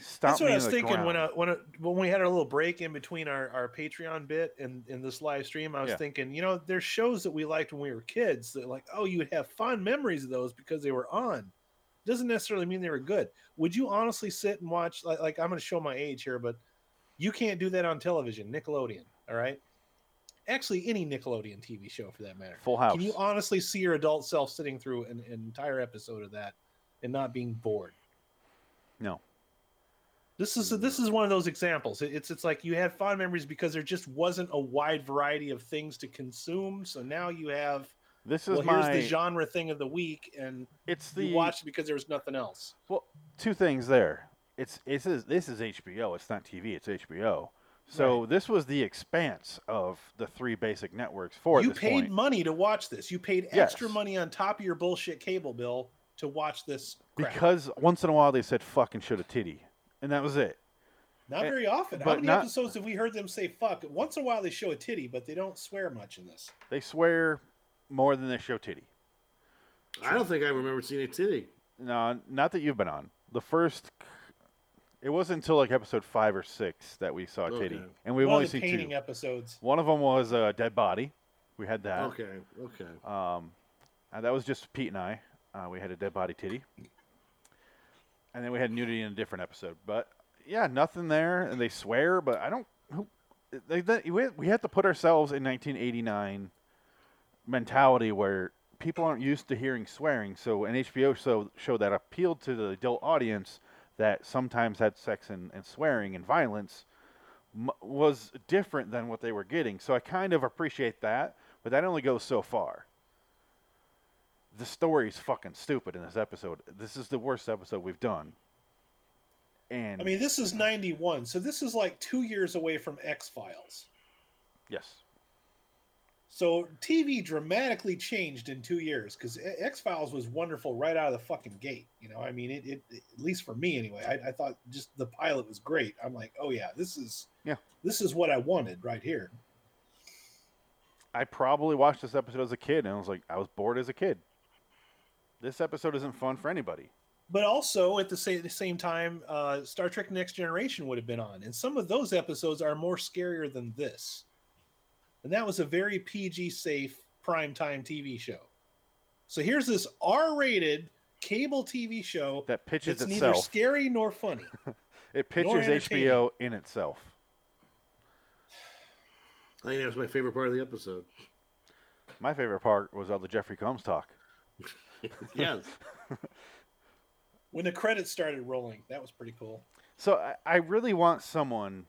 Stop That's what I was thinking when I, when I, when we had our little break in between our, our Patreon bit and in this live stream. I was Yeah. thinking, you know, there's shows that we liked when we were kids that like, oh, you would have fond memories of those because they were on. Doesn't necessarily mean they were good. Would you honestly sit and watch like, like I'm going to show my age here, but you can't do that on television, Nickelodeon. All right, actually, any Nickelodeon TV show for that matter. Full House. Can you honestly see your adult self sitting through an, an entire episode of that and not being bored? no, This is this is one of those examples. It- It's it's like you had fond memories because there just wasn't a wide variety of things to consume. So now you have this is well, here's my. the genre thing of the week, and it's the you watched because there was nothing else. Well, two things there. It's this is this is HBO. It's not TV. It's HBO. So this was the expanse of the three basic networks for at you this paid point. money to watch this. You paid Yes. extra money on top of your bullshit cable bill to watch this. Crap. because once in a while they said "fucking should a titty," and that was it. not eh, very often. How but many not- episodes have we heard them say "fuck"? Once in a while they show a titty, but they don't swear much in this. They swear more than they show titty. I don't think I remember seeing a titty. No, not that you've been on. The first, it wasn't until like episode five or six that we saw a titty, Okay. and we've One only of Oh, the seen painting two. episodes. One of them was a dead body. We had Uh, that. Okay, okay. Um, uh, that was just Pete and I. Uh, we had a dead body titty, and then we had nudity in a different episode. But yeah, nothing there, and they swear. But I don't. Who, they, they, we we have to put ourselves in 1989 mentality where people aren't used to hearing swearing. So an HBO show show that appealed to the adult audience that sometimes had sex and, and swearing and violence m- was different than what they were getting. So I kind of appreciate that, but that only goes so far. The story's fucking stupid in this episode. This is the worst episode we've done. And I mean, this is 91, so this is like two years away from X Files. yes, So TV dramatically changed in two years because X Files was wonderful right out of the fucking gate. You know, I mean, it, it at least for me anyway, I, I thought just the pilot was great. I'm like, oh yeah, this is Yeah. this is what I wanted right here. I probably watched this episode as a kid, and I was like, I was bored as a kid. This episode isn't fun for anybody. But also at the same, the same time, uh, Star Trek: Next Generation would have been on, and some of those episodes are more scarier than this. And that was a very PG safe primetime TV show. So here's this R-rated cable TV show That pitches that's neither itself. scary nor funny. It pictures entertaining. HBO in itself. I think that was my favorite part of the episode. My favorite part was all the Jeffrey Combs talk. Yes. When the credits started rolling, that was pretty cool. So I, I really want someone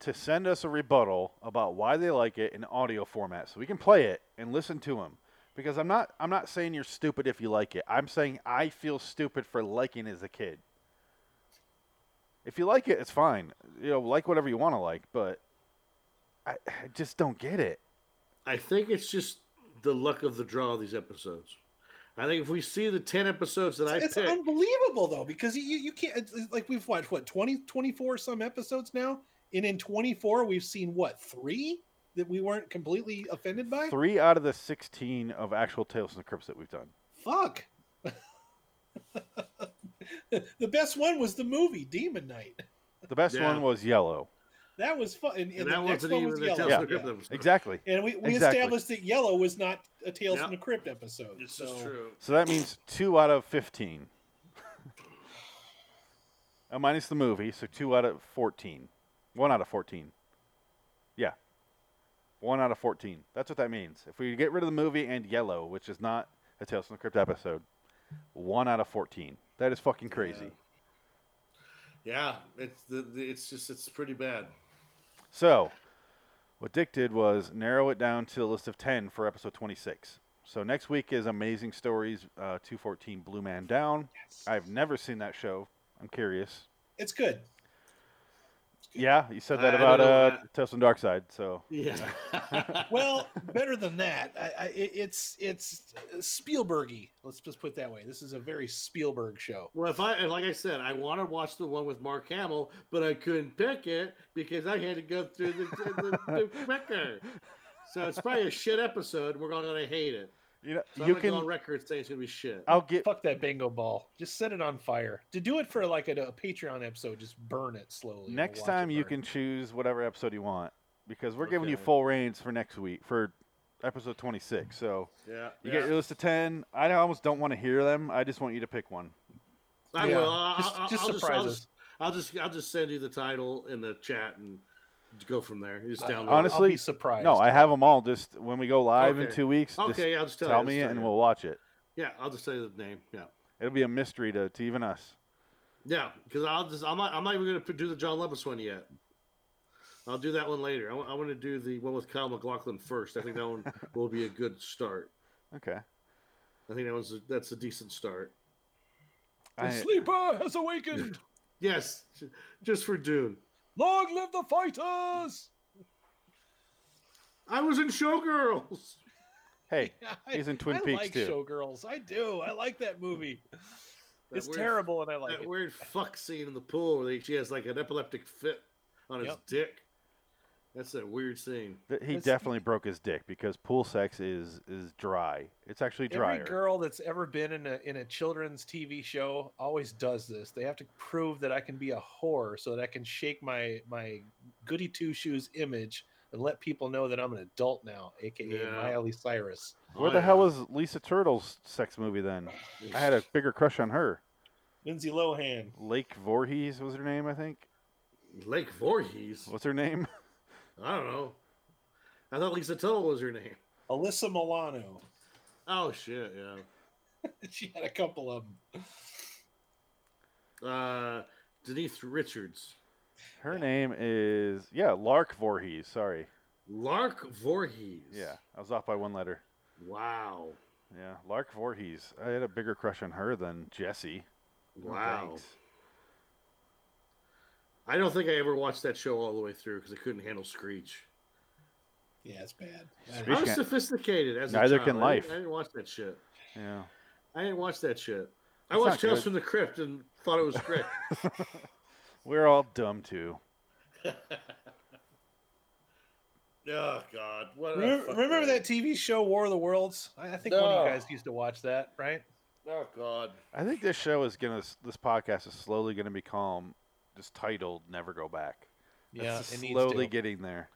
to send us a rebuttal about why they like it in audio format, so we can play it and listen to them. Because I'm not I'm not saying you're stupid if you like it. I'm saying I feel stupid for liking it as a kid. If you like it, it's fine. You know, like whatever you want to like, but I, I just don't get it. I think it's just the luck of the draw of these episodes. I think if we see the 10 episodes that I it's picked, unbelievable though because you, you can't it's- it's like we've watched what 20 24 some episodes now and in 24 we've seen what three that we weren't completely offended by Three out of the 16 of actual Tales from the Crypts that we've done. fuck the best one was the movie demon knight The best Yeah. one was Yellow. that was fun and, and and that the next wasn't one even was the yellow Tales Yeah. of the Crypt episode. Exactly. and we, we Exactly. established that yellow was not a tales Yeah. from the crypt episode This so is true. So that means two out of 15. Uh, minus the movie, so two out of 14. One out of 14. Yeah. One out of 14. That's what that means. If we get rid of the movie and Yellow, which is not a Tales from the Crypt episode, one out of 14. That is fucking crazy. Yeah, it's the, the it's just it's pretty bad. So, what Dick did was narrow it down to a list of 10 for episode 26. So next week is Amazing Stories uh, 214 Blue Man Down. I've never seen that show. I'm curious. It's good. Yeah, you said that I about don't know uh, that. Test and Dark Side. So Yeah. Well, better than that. I, I, it- it's it's Spielbergy. Let's just put it that way. This is a very Spielberg show. Well, if I and like I said, I want to watch the one with Mark Hamill, but I couldn't pick it because I had to go through the, the, the, the quicker. So it's probably a shit episode. We're all gonna hate it. you know, So you I'm gonna go on can. record saying it's gonna be shit. I'll get. Fuck that bingo ball. Just set it on fire. To do it for like a, a Patreon episode, just burn it slowly. and Next watch it time you burn. can choose whatever episode you want because we're giving you Okay. full reigns for next week for episode 26. So Yeah, yeah. you get your list of 10. I almost don't want to hear them. I just want you to pick one. I Yeah. will. I'll, Just- I'll, just I'll surprise I'll us. just, I'll just I'll just send you the title in the chat and go from there. You just download. it. Uh, I'll honestly, be surprised. No, I have them all. Just when we go live in Okay. two weeks, just okay, I'll just tell, tell, you, me just it tell and you. we'll watch it. Yeah, I'll just tell you the name. Yeah. It'll be a mystery to, to even us. Yeah, because I'll just I'm not I'm not even gonna p- do the John Lovitz one yet. I'll do that one later. I want to do the one with Kyle McLaughlin first. I think that one will be a good start. Okay. I think that was a, that's a decent start. The I- sleeper has awakened. Yes, j- just for Dune. Long live the fighters. I was in Showgirls. hey, I- he's in Twin I Peaks like too. Showgirls. I do. I like that movie. That it's weird- terrible, and I like That it. weird fuck scene in the pool where they- she has like an epileptic fit on his Yep. dick. That's a weird scene. Th- He That's- definitely broke his dick because pool sex is is dry. It's actually drier. Every girl that's ever been in a in a children's TV show always does this. They have to prove that I can be a whore so that I can shake my my goody two shoes image and let people know that I'm an adult now, aka Yeah. Miley Cyrus. Where Oh, the yeah. hell was Lisa Turtle's sex movie then? I had a bigger crush on her. Lindsay Lohan. Lake Voorhees was her name, I think. Lake Voorhees? What's her name? I don't know. I thought Lisa Tuttle was her name. Alyssa Milano. Oh shit, yeah. she had a couple of them. Uh, Denise Richards. Her name is yeah, Lark Voorhees. Sorry. Lark Voorhees. Yeah, I was off by one letter. Wow. Yeah, Lark Voorhees. I had a bigger crush on her than Jesse. Oh, No Wow. thanks. I don't think I ever watched that show all the way through because I couldn't handle Screech. Yeah, it's bad. Screech- I was can't- sophisticated as a Neither child. can I didn't- life. I didn't watch that shit. Yeah. I didn't watch that shit. I That's watched not Tales good. from the Crypt and thought it was great. We're all dumb too. oh God! What a Remember, fucking- remember that TV show War of the Worlds? I, I think one of No. you guys used to watch that, right? Oh God! I think this show is gonna. This podcast is slowly gonna become just titled "Never Go Back." It's Yeah, just it needs slowly to. getting there.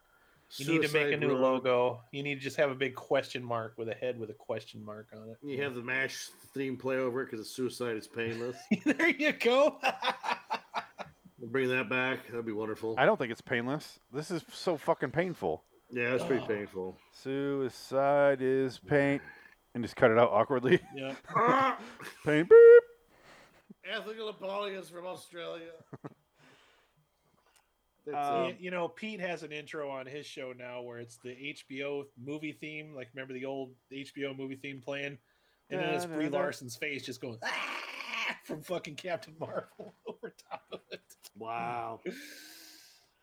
You need to make a Suicide new Road. logo. You need to just have a big question mark with a head with a question mark on it. You have the Mash theme play over it because suicide is painless. there you go. We'll bring that back. That'd be wonderful. I don't think it's painless. This is so fucking painful. yeah, it's Uh. pretty painful. Suicide is paint, and just cut it out awkwardly. yeah. Ah! pain beep. Ethical Napoleon's from Australia. That's Um, it. you know, Pete has an intro on his show now where it's the HBO movie theme. Like, remember the old HBO movie theme playing? And then it's Brie Da-da-da. Larson's face just going "Ah!" from fucking Captain Marvel over top of it. Wow. Ah.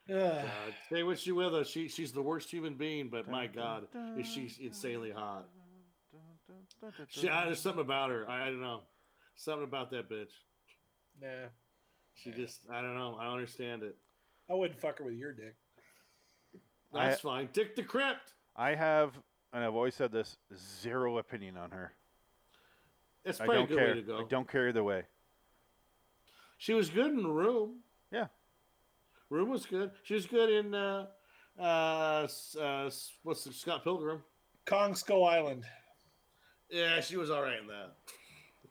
God. Say what you Uh, with us. She, she's the worst human being, but my God, is she insanely hot. She, I, there's something about her. I, I don't know. Something about that bitch. nah, She just, I don't know. I don't understand it. I wouldn't fuck her with your dick. That's fine. Dick the Crypt. I have, and I've always said this, zero opinion on her. That's I probably a don't good care. way to I go. don't care either way. She was good in Room. Yeah. Room was good. She was good in, uh, uh, s- uh s- what's the Scott Pilgrim? Kong Skull Island. Yeah, she was all right in that.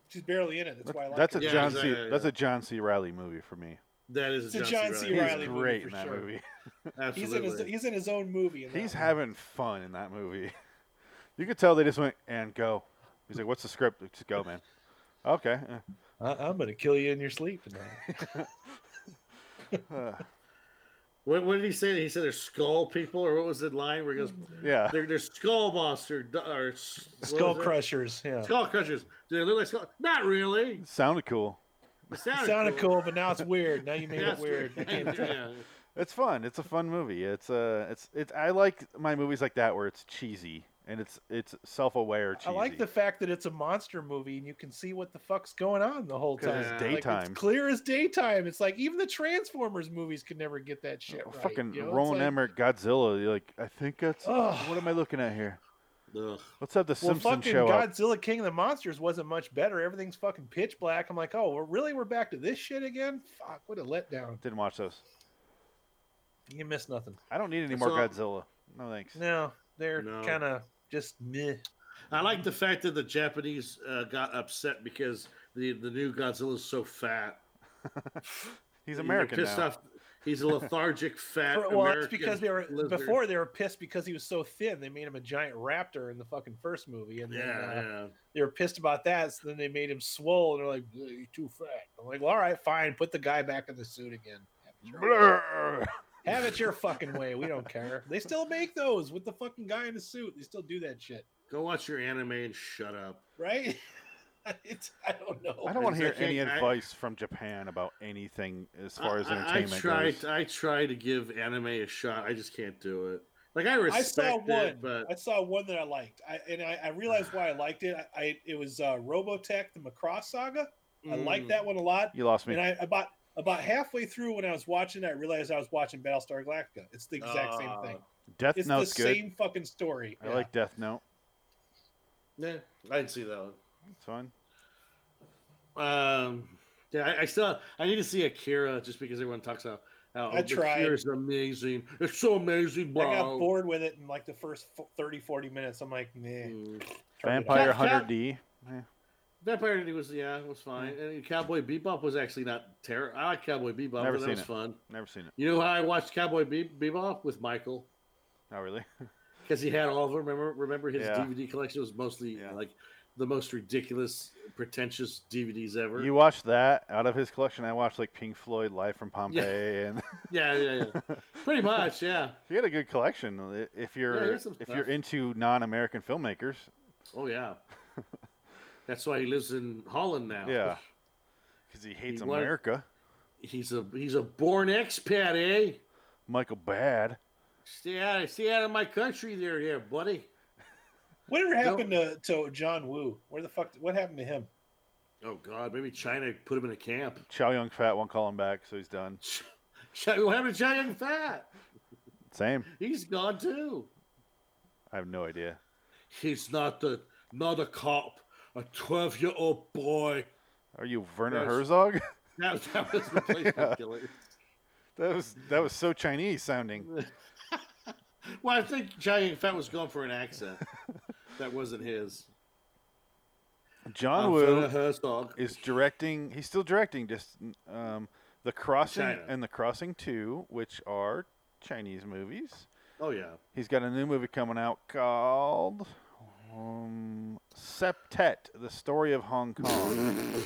She's barely in it. That's why I like That's her. a Yeah, John exactly, C. yeah, That's yeah. a John C. Riley movie for me. That is It's a John C. He's Riley. Riley movie great for in that sure. movie. He's in, Absolutely. his, he's in his own movie. in that He's one. having fun in that movie. You could tell they just went and go. He's like, "What's the script? Just go, man." Okay. eh. I, I'm gonna kill you in your sleep. tonight. Uh, What, what did he say? He said they're skull people, or what was the line where he goes, Mm. Yeah. they're, they're skull monster, d- or s- what Skull was it? Crushers. Yeah. Skull crushers. Do they look like skull? Not really. Sounded cool. It It sounded, sounded cool, but now it's weird. Now you made Yeah, it weird. I can't do it. yeah. It's fun. It's a fun movie. It's uh it's it's I like my movies like that where it's cheesy and it's it's self-aware cheesy. I like the fact that it's a monster movie and you can see what the fuck's going on the whole 'Cause time. it's Like, daytime. clear as daytime. It's like even the Transformers movies could never get that shit right. Oh, fucking you know? It's Roland like, Emmerich Godzilla. You're like I think that's Ugh. what am I looking at here? Ugh. Let's have the Well, Simpsons fucking show up. Godzilla King of the Monsters wasn't much better. Everything's fucking pitch black. I'm like, oh, we're really we're back to this shit again. Fuck, what a letdown. Didn't watch those. You missed nothing. I don't need any I more saw- Godzilla. No thanks. No, they're No. kind of just meh. I like the fact that the Japanese uh, got upset because the the new Godzilla is so fat. He's They're American pissed now. off. He's a lethargic fat. For- well, it's American because they were lizard. before they were pissed because he was so thin. They made him a giant raptor in the fucking first movie, and Yeah, then, uh, yeah. they were pissed about that. So then they made him swole, and they're like, "Ugh, "You're too fat." I'm like, well, "All right, fine. Put the guy back in the suit again. Have it your, Brrr. have it your fucking way. We don't care. They still make those with the fucking guy in the suit. They still do that shit, Go watch your anime and shut up. right?" it's, I don't know. I don't want to hear Because I any can't- I- advice from Japan about anything as far as I- uh, I- entertainment I, try. goes. I try to give anime a shot. I just can't do it. Like I I respect saw one. it, but I saw one that I liked, I, and I, I realized why I liked it. I, I it was uh, Robotech: The Macross Saga. I mm, liked that one a lot. You lost me. And I about about halfway through when I was watching, it, I realized I was watching Battlestar Galactica. It's the exact same thing. Death It's Note's the good. same fucking story. I like Death Note. Yeah, I didn't see that one. It's fun. Um, yeah, I, I still I need to see Akira just because everyone talks about how I oh, tried. Akira's amazing. It's so amazing, I bro. got bored with it in like the first f- 30, 40 minutes. I'm like, nah. Mm. Turned it off. Vampire Cat- Hunter cat- D. Vampire Diaries was yeah, it was fine. Mm. And Cowboy Bebop was actually not terrible. I like Cowboy Bebop. but Never that seen was it. fun. Never seen it. You know how I watched Cowboy Be- Bebop with Michael Not really. because he had all of them. Remember, remember his Yeah. DVD collection was mostly Yeah. like the most ridiculous, pretentious DVDs ever. You watched that out of his collection. I watched like Pink Floyd Live from Pompeii, and yeah, yeah, yeah. Pretty much, yeah. he had a good collection. I- If you're there's some if stuff. you're into non-American filmmakers, Oh yeah. That's why he lives in Holland now. yeah, because he hates He wanted- America. He's a he's a born expat, eh? Michael Bad. Stay out, stay out of my country, there, yeah, buddy. Whatever happened to, to John Woo? Where the fuck? What happened to him? Oh God, maybe China put him in a camp. Chow Young Fat won't call him back, so he's done. What happened to Giant Fat? Same. He's gone too. I have no idea. He's not the not a cop, a twelve year old boy. Are you Werner Yes. Herzog? That, that was the place Yeah. to kill it. That was that was so Chinese sounding. Well, I think Giant Fat was going for an accent. that wasn't his. John I'm Woo Werner Herzog. is directing. He's still directing. Just um, the Crossing China. and the Crossing Two, which are Chinese movies. Oh yeah. He's got a new movie coming out called um, Septet: The Story of Hong Kong.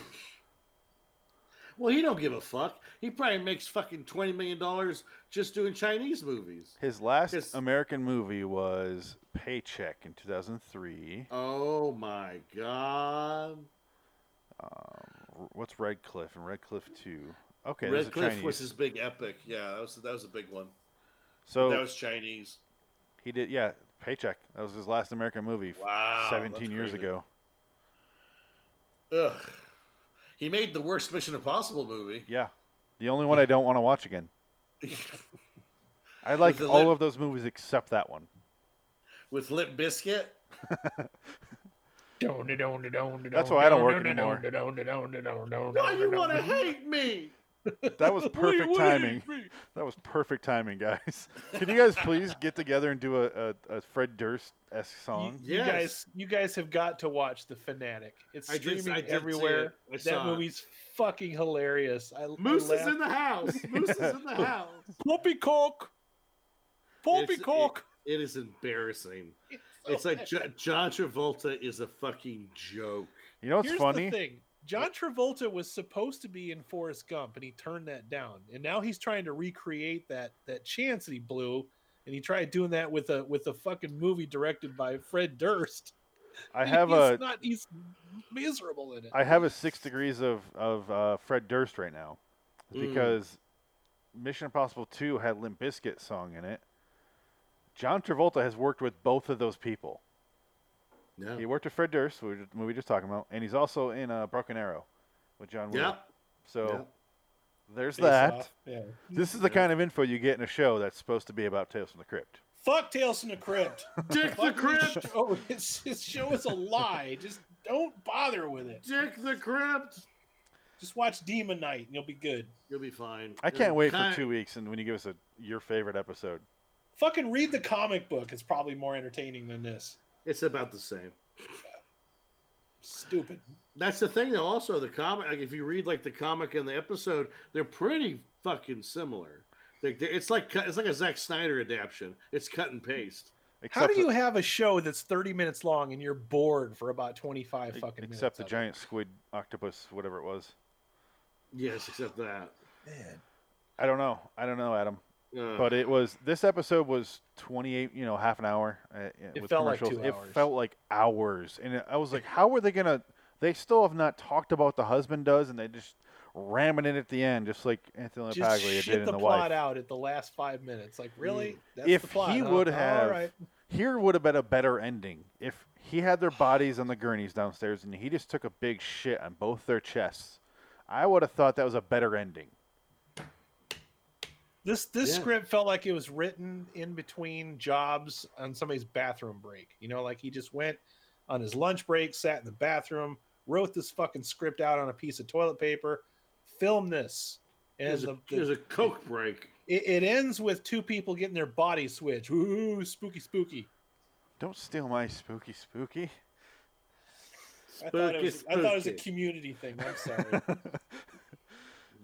Well, he don't give a fuck. He probably makes fucking twenty million dollars just doing Chinese movies. His last Yes. American movie was Paycheck in 2003. Oh my god! R- What's Red Cliff and Red Cliff Two? Okay, those Red are Cliff Chinese. was his big epic. Yeah, that was that was a big one. so that was Chinese. he did. Yeah, Paycheck. That was his last American movie. f- Wow, Seventeen that's years crazy. ago. Ugh. He made the worst Mission Impossible movie. Yeah, the only one I don't want to watch again. I like the all lit- of those movies except that one. with Lip Biscuit. That's why I don't work anymore. Why you want to hate me? That was perfect timing. That was perfect timing, guys. Can you guys please get together and do a, a, a Fred Durst esque song? You Yes. guys, you guys have got to watch The Fanatic. It's I did- streaming I did see it. everywhere. I That saw it. movie's fucking hilarious. I Moose I is in the house. Moose is in the house. It's- Poppycock. Poppycock. It, it is embarrassing. It's so It's like jo- John Travolta is a fucking joke. You know what's Here's the funny? thing. John Travolta was supposed to be in Forrest Gump, and he turned that down. And now he's trying to recreate that that chance that he blew, and he tried doing that with a with a fucking movie directed by Fred Durst. I have he's a not he's miserable in it. I have a six degrees of of uh, Fred Durst right now, It's Mm. because Mission Impossible Two had Limp Bizkit song in it. John Travolta has worked with both of those people. Yeah. He worked with Fred Durst, who we were- we were just talking about, and he's also in uh, Broken Arrow with John Woo. Yeah. So Yeah. there's Face that. off, Yeah. This is the Yeah. kind of info you get in a show that's supposed to be about Tales from the Crypt. Fuck Tales from the Crypt. Dick the Fuck this Crypt. show. This, this show is a lie. Just don't bother with it. Dick the Crypt. Just watch Demon Knight, and you'll be good. You'll be fine. I can't And wait Ky- for two weeks and when you give us a your favorite episode. Fucking read the comic book. It's probably more entertaining than this. It's about the same. Stupid. That's the thing, though. Also, the comic. Like, if you read like the comic and the episode, they're pretty fucking similar. Like they- it's like cut- it's like a Zack Snyder adaptation. It's cut and paste. How Except do the- you have a show that's 30 minutes long and you're bored for about 25 e- fucking minutes? except the of it? giant squid octopus, whatever it was. Yes, except that. I don't know. I don't know, Adam. Uh, But it was this episode was 28, you know, half an hour. Uh, It with felt like commercials. two it hours. felt like hours, and it- I was like, how are they gonna? They still have not talked about the husband does, and they just ramming it at the end, just like Anthony Just Paglia shit did in the, the plot wife. Mm. out at the last five minutes. Like, really? That's if the plot, he huh? would All have, right. here would have been a better ending. If he had their bodies on the gurneys downstairs and he just took a big shit on both their chests, I would have thought that was a better ending. This this Yeah. script felt like it was written in between jobs on somebody's bathroom break. You know, like he just went on his lunch break, sat in the bathroom, wrote this fucking script out on a piece of toilet paper, filmed this, it and was, the, a, it was a coke break. it, it ends with two people getting their body switched. Ooh, spooky, spooky. Don't steal my spooky spooky. I thought, it was, Spooky, I thought it was a spooky. community thing. I'm sorry.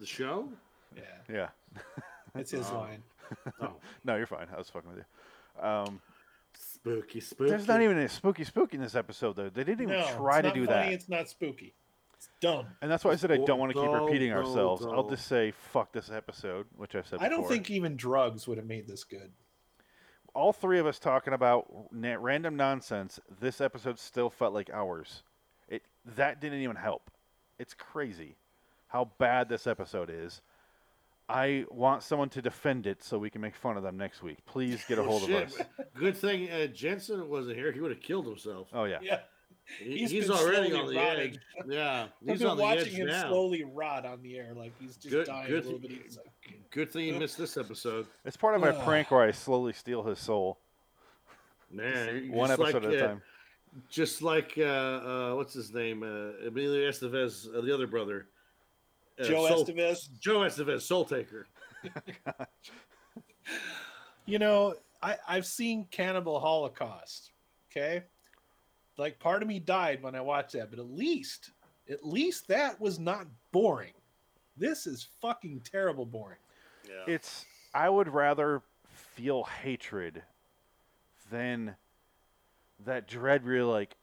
The show. yeah, Yeah. it's his Oh. line. Oh, No, you're fine. I was fucking with you. Um, spooky, spooky. there's not even a spooky spooky in this episode though. They didn't even no, try it's to not do funny, that. It's not spooky. It's dumb. And that's why I said I Dull, don't want to keep dull, repeating dull, ourselves. I'll dull. just say fuck this episode, which I've said I don't before. think even drugs would have made this good. all three of us talking about na- random nonsense, this episode still felt like ours. It that didn't even help. It's crazy how bad this episode is. I want someone to defend it so we can make fun of them next week. Please Oh, get a Well, hold of Oh, shit, us. Good thing uh, Jensen wasn't here. He would have killed himself. Oh yeah. Yeah. He- He's he's been already slowly on the rotting. edge. Yeah, I've he's been on the watching edge him now. slowly rot on the air, like he's just Good- dying good- a little bit. He's like, Good thing he missed this episode. It's part of my Ugh. prank where I slowly steal his soul, Man, you- one just episode like, at a uh, time. Just like uh, uh, what's his name, uh, Emilio Estevez, uh, the other brother, uh, Joe Soul- Estevez. Joe Estevez, Soul Taker. You know, I, I've seen Cannibal Holocaust. Okay. Like part of me died when I watched that, but at least, at least that was not boring. This is fucking terrible boring. Yeah. It's I would rather feel hatred than that dread where you're like,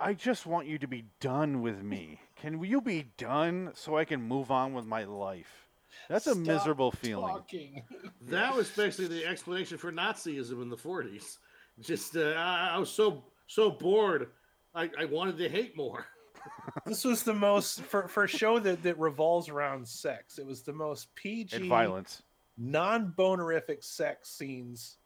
I just want you to be done with me. Can you be done so I can move on with my life? That's a Stop miserable feeling. Talking. that was basically the explanation for Nazism in the '40s. Just uh, I, I was so so bored, I, I wanted to hate more. This was the most for, for a show that, that revolves around sex. It was the most PG And violence. non bonerific sex scenes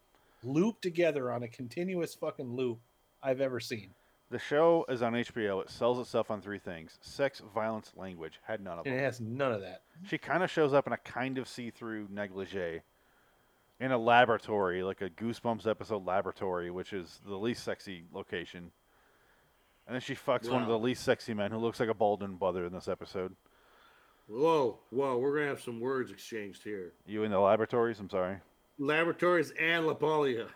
looped together on a continuous fucking loop I've ever seen. The show is on HBO. It sells itself on three things sex, violence, language. Had none of And them. it has none of that. She kind of shows up in a kind of see through negligee in a laboratory, like a Goosebumps episode laboratory, which is the least sexy location. And then she fucks one of Wow. the least sexy men who looks like a Baldwin brother in this episode. Whoa, whoa, we're gonna have some words exchanged here. You in the laboratories? I'm sorry. Laboratories and Lapolia.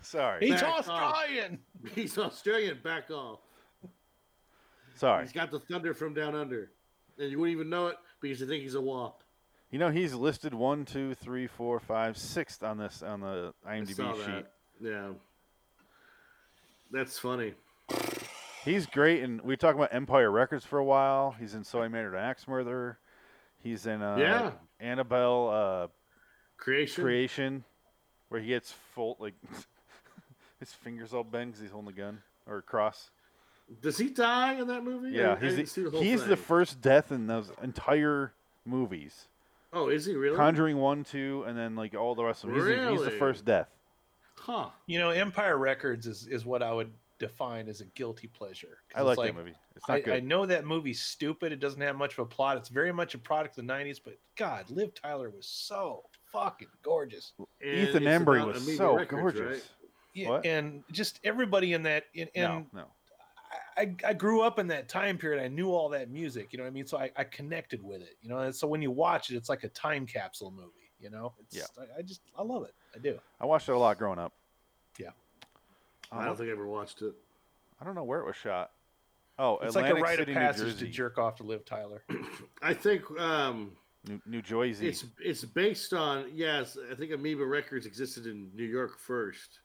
Sorry. He's Back off. Australian. He's Australian. Back off. Sorry. He's got the thunder from down under, and you wouldn't even know it because you think he's a wop. You know he's listed one, two, three, four, five, sixth on this on the I saw IMDb that. sheet. Yeah, that's funny. He's great, and we talked about Empire Records for a while. He's in So I Married an Axe Murderer. He's in uh, Yeah. Annabelle uh, Creation. Creation, where he gets full like his fingers all bent 'cause he's holding a gun or a cross. Does he die in that movie? Yeah, I- I didn't he's see the, whole he's the thing. first death in those entire movies. Oh, is he really? Conjuring one, two, and then like all the rest of them. He's, the- he's the Really? first death. huh. You know, Empire Records is is what I would define as a guilty pleasure. 'Cause I it's like, that movie. It's not I, good. I know that movie's stupid. It doesn't have much of a plot. It's very much a product of the '90s. But God, Liv Tyler was so fucking gorgeous. And Ethan it's Embry about was Amoeba so Records, gorgeous. right? Yeah, What? and just everybody in that. And, and no, no. I, I grew up in that time period. I knew all that music. You know what I mean? So I, I connected with it. You know, and so when you watch it, it's like a time capsule movie. You know? It's, I, I just I love it. I do. I watched it a lot growing up. Um, Yeah. I Uh-huh. don't think I ever watched it. I don't know where it was shot. Oh, It's Atlantic like a rite City, of passage New to Jersey. jerk off to Liv Tyler. I think um, New, New Jersey. it's it's based on yes. I think Amoeba Records existed in New York first,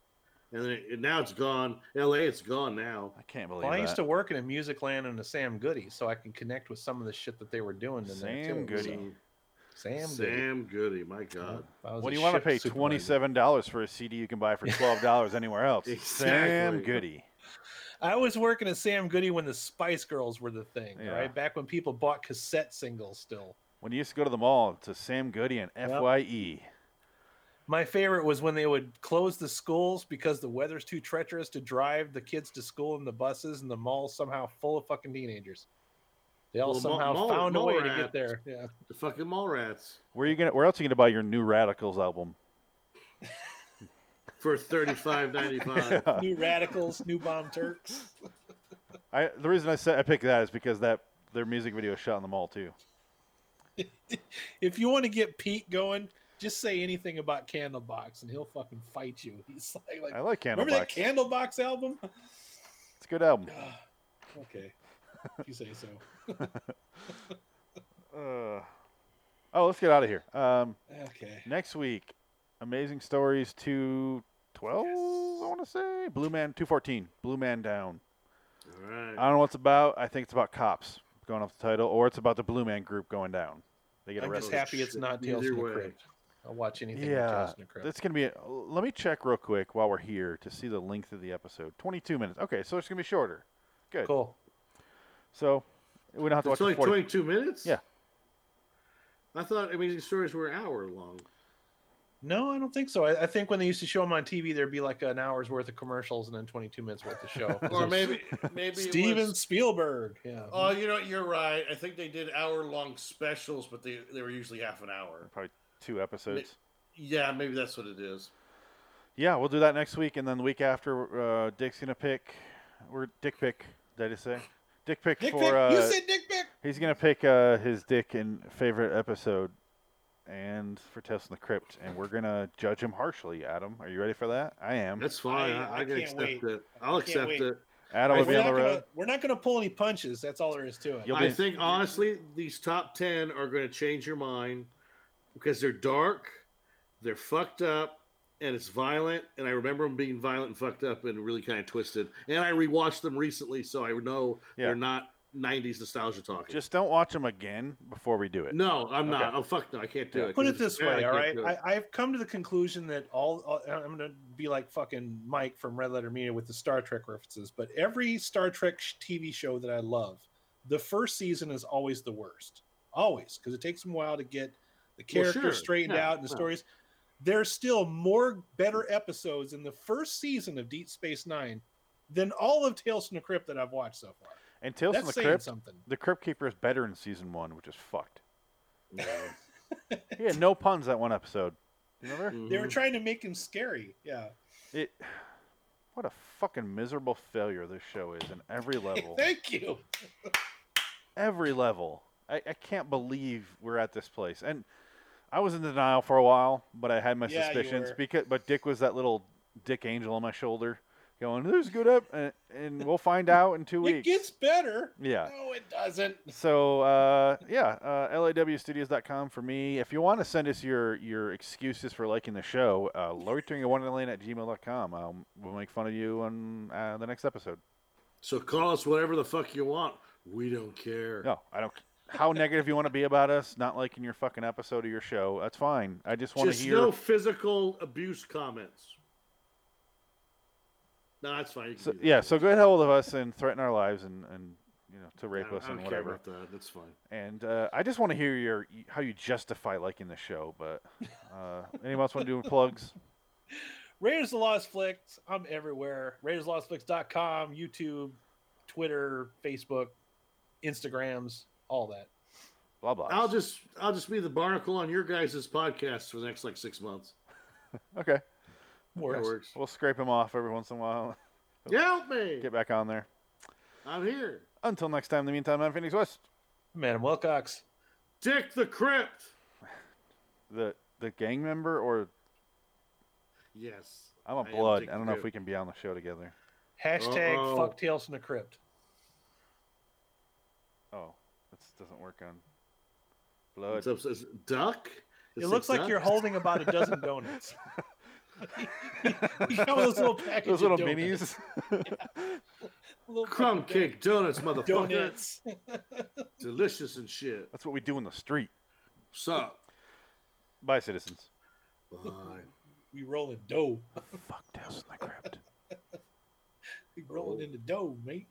and then it, and now it's gone. L.A. It's gone now. I can't believe Well, I that. used to work in a music land and a Sam Goody, so I can connect with some of the shit that they were doing. In there Sam too, Goody. so- Sam, Goody. Sam Goody. My God. I was What a do you want to shift pay? supervisor. Twenty-seven dollars for a CD you can buy for twelve dollars anywhere else. Sam Exactly. Goody. I was working at Sam Goody when the Spice Girls were the thing, Yeah. right? Back when people bought cassette singles still. When you used to go to the mall to Sam Goody and E, Fye. My favorite was when they would close the schools because the weather's too treacherous to drive the kids to school in the buses and the mall's somehow full of fucking teenagers. They all Well, mall- somehow mall- found a mall way to rats. get there. Yeah. The fucking mall rats Where you gonna? Where else are you gonna buy your New Radicals album? for thirty five ninety five. New radicals, new bomb Turks. I the reason I said I picked that is because that their music video is shot in the mall too. If you want to get Pete going, just say anything about Candlebox and he'll fucking fight you. He's like, like I like remember Candlebox. that Candlebox album? it's a good album. Okay. If you say so. Uh, oh, let's get out of here. Um, Okay. next week, Amazing Stories two twelve. I want to say Blue Man two fourteen. Blue Man Down. All right. I don't know what's about. I think it's about cops going off the title, or it's about the Blue Man Group going down. They get I'm arrested. just happy it's shit. not Tales Either from the way. Crypt. I'll watch anything yeah, yeah, Tales from the Crypt. that's gonna be. Let me check real quick while we're here to see the length of the episode. Twenty-two minutes. Okay, so it's gonna be shorter. Good. Cool. So we don't have to It's watch only the 40. twenty two minutes. Yeah. I thought Amazing Stories were an hour long. No, I don't think so. I, I think when they used to show them on TV, there'd be like an hour's worth of commercials and then 22 minutes worth of show. or maybe maybe it Steven was- Spielberg. Yeah. Oh, you know, you're right. I think they did hour long specials, but they they were usually half an hour. Probably two episodes. Yeah, maybe that's what it is. Yeah, we'll do that next week, and then the week after, uh, Dick's gonna pick. We're Dick pick. Did I say? Dick pick Dick for. Pick. Uh, you said Dick Pick. He's gonna pick uh, his dick and favorite episode, and for Test in the Crypt, and we're gonna judge him harshly. Adam, are you ready for that? I am. That's fine. I- I, I I, can can't accept wait. it. I'll I can't accept wait. it. Adam will we're, be on not the gonna, road. we're not going to pull any punches. That's all there is to it. You'll I be- think honestly, these top ten are going to change your mind because they're dark, they're fucked up, and it's violent. And I remember them being violent and fucked up and really kind of twisted. And I rewatched them recently, so I know Yeah. they're not '90s nostalgia talking. Just don't watch him again before we do it. no, I'm not. Okay. Oh fuck no, I can't do Yeah. it. 'cause Put it it's this bad, way, all can't right? do it. I, I've come to the conclusion that all, all- I'm going to be like fucking Mike from Red Letter Media with the Star Trek references, but every Star Trek sh- TV show that I love, the first season is always the worst, always, because it takes them a while to get the Well, characters sure. straightened Yeah, out and the yeah. stories. There's still more better episodes in the first season of Deep Space Nine than all of Tales from the Crypt that I've watched so far. And Tales from That's the saying Crypt. something. The Crypt Keeper is better in season one, which is fucked. he had no puns that one episode. You remember? They Mm-hmm. were trying to make him scary. Yeah. It. What a fucking miserable failure this show is in every level. Thank you. every level. I, I can't believe we're at this place. And I was in denial for a while, but I had my Yeah, you suspicions. were. Because, but Dick was that little Dick angel on my shoulder, going, "There's good up," and, and we'll find out in two It weeks. gets better. yeah. No, it doesn't. So uh, yeah, uh, lawstudios.com for me. If you want to send us your your excuses for liking the show, Um, uh, loiteringonewonderland at gmail.com. I'll, we'll make fun of you on uh, the next episode. So call us whatever the fuck you want. We don't care. No, I don't. How negative you want to be about us, not liking your fucking episode of your show, that's fine. I just want Just to hear. no physical abuse comments. No, that's fine. You can so, do that. yeah, so get hold of us and threaten our lives and, and you know to I rape don't, us I and don't care whatever. about that. That's fine. And uh, I just want to hear your how you justify liking the show. But uh, anyone else want to do plugs? Raiders of the Lost Flicks. I'm everywhere. RaidersOfTheLostFlicks.com, YouTube, Twitter, Facebook, Instagrams, all that. Blah blah. I'll just I'll just be the barnacle on your guys' podcast for the next like six months. okay, That Works. works. we'll scrape him off every once in a while. Yeah, help me. Get back on there. I'm here. Until next time. In the meantime, I'm Phoenix West. Madam Wilcox. Dick the Crypt. The the gang member or Yes. I'm I a am blood. Dick I the don't know if we Crypt. can be on the show together. Hashtag Uh-oh. fuck Tales from the Crypt. Oh, that doesn't work on blood. It's upstairs. duck. It's it looks like duck? you're holding about a dozen donuts. you got one of those little packages. Those little donuts. minis. Little crumb fucking cake donuts, motherfucker. Donuts. Delicious and shit. That's what we do in the street. Sup? Bye, citizens. Bye. We rolling dough. Fuck Tales in the Crypt. We rolling in the dough, mate.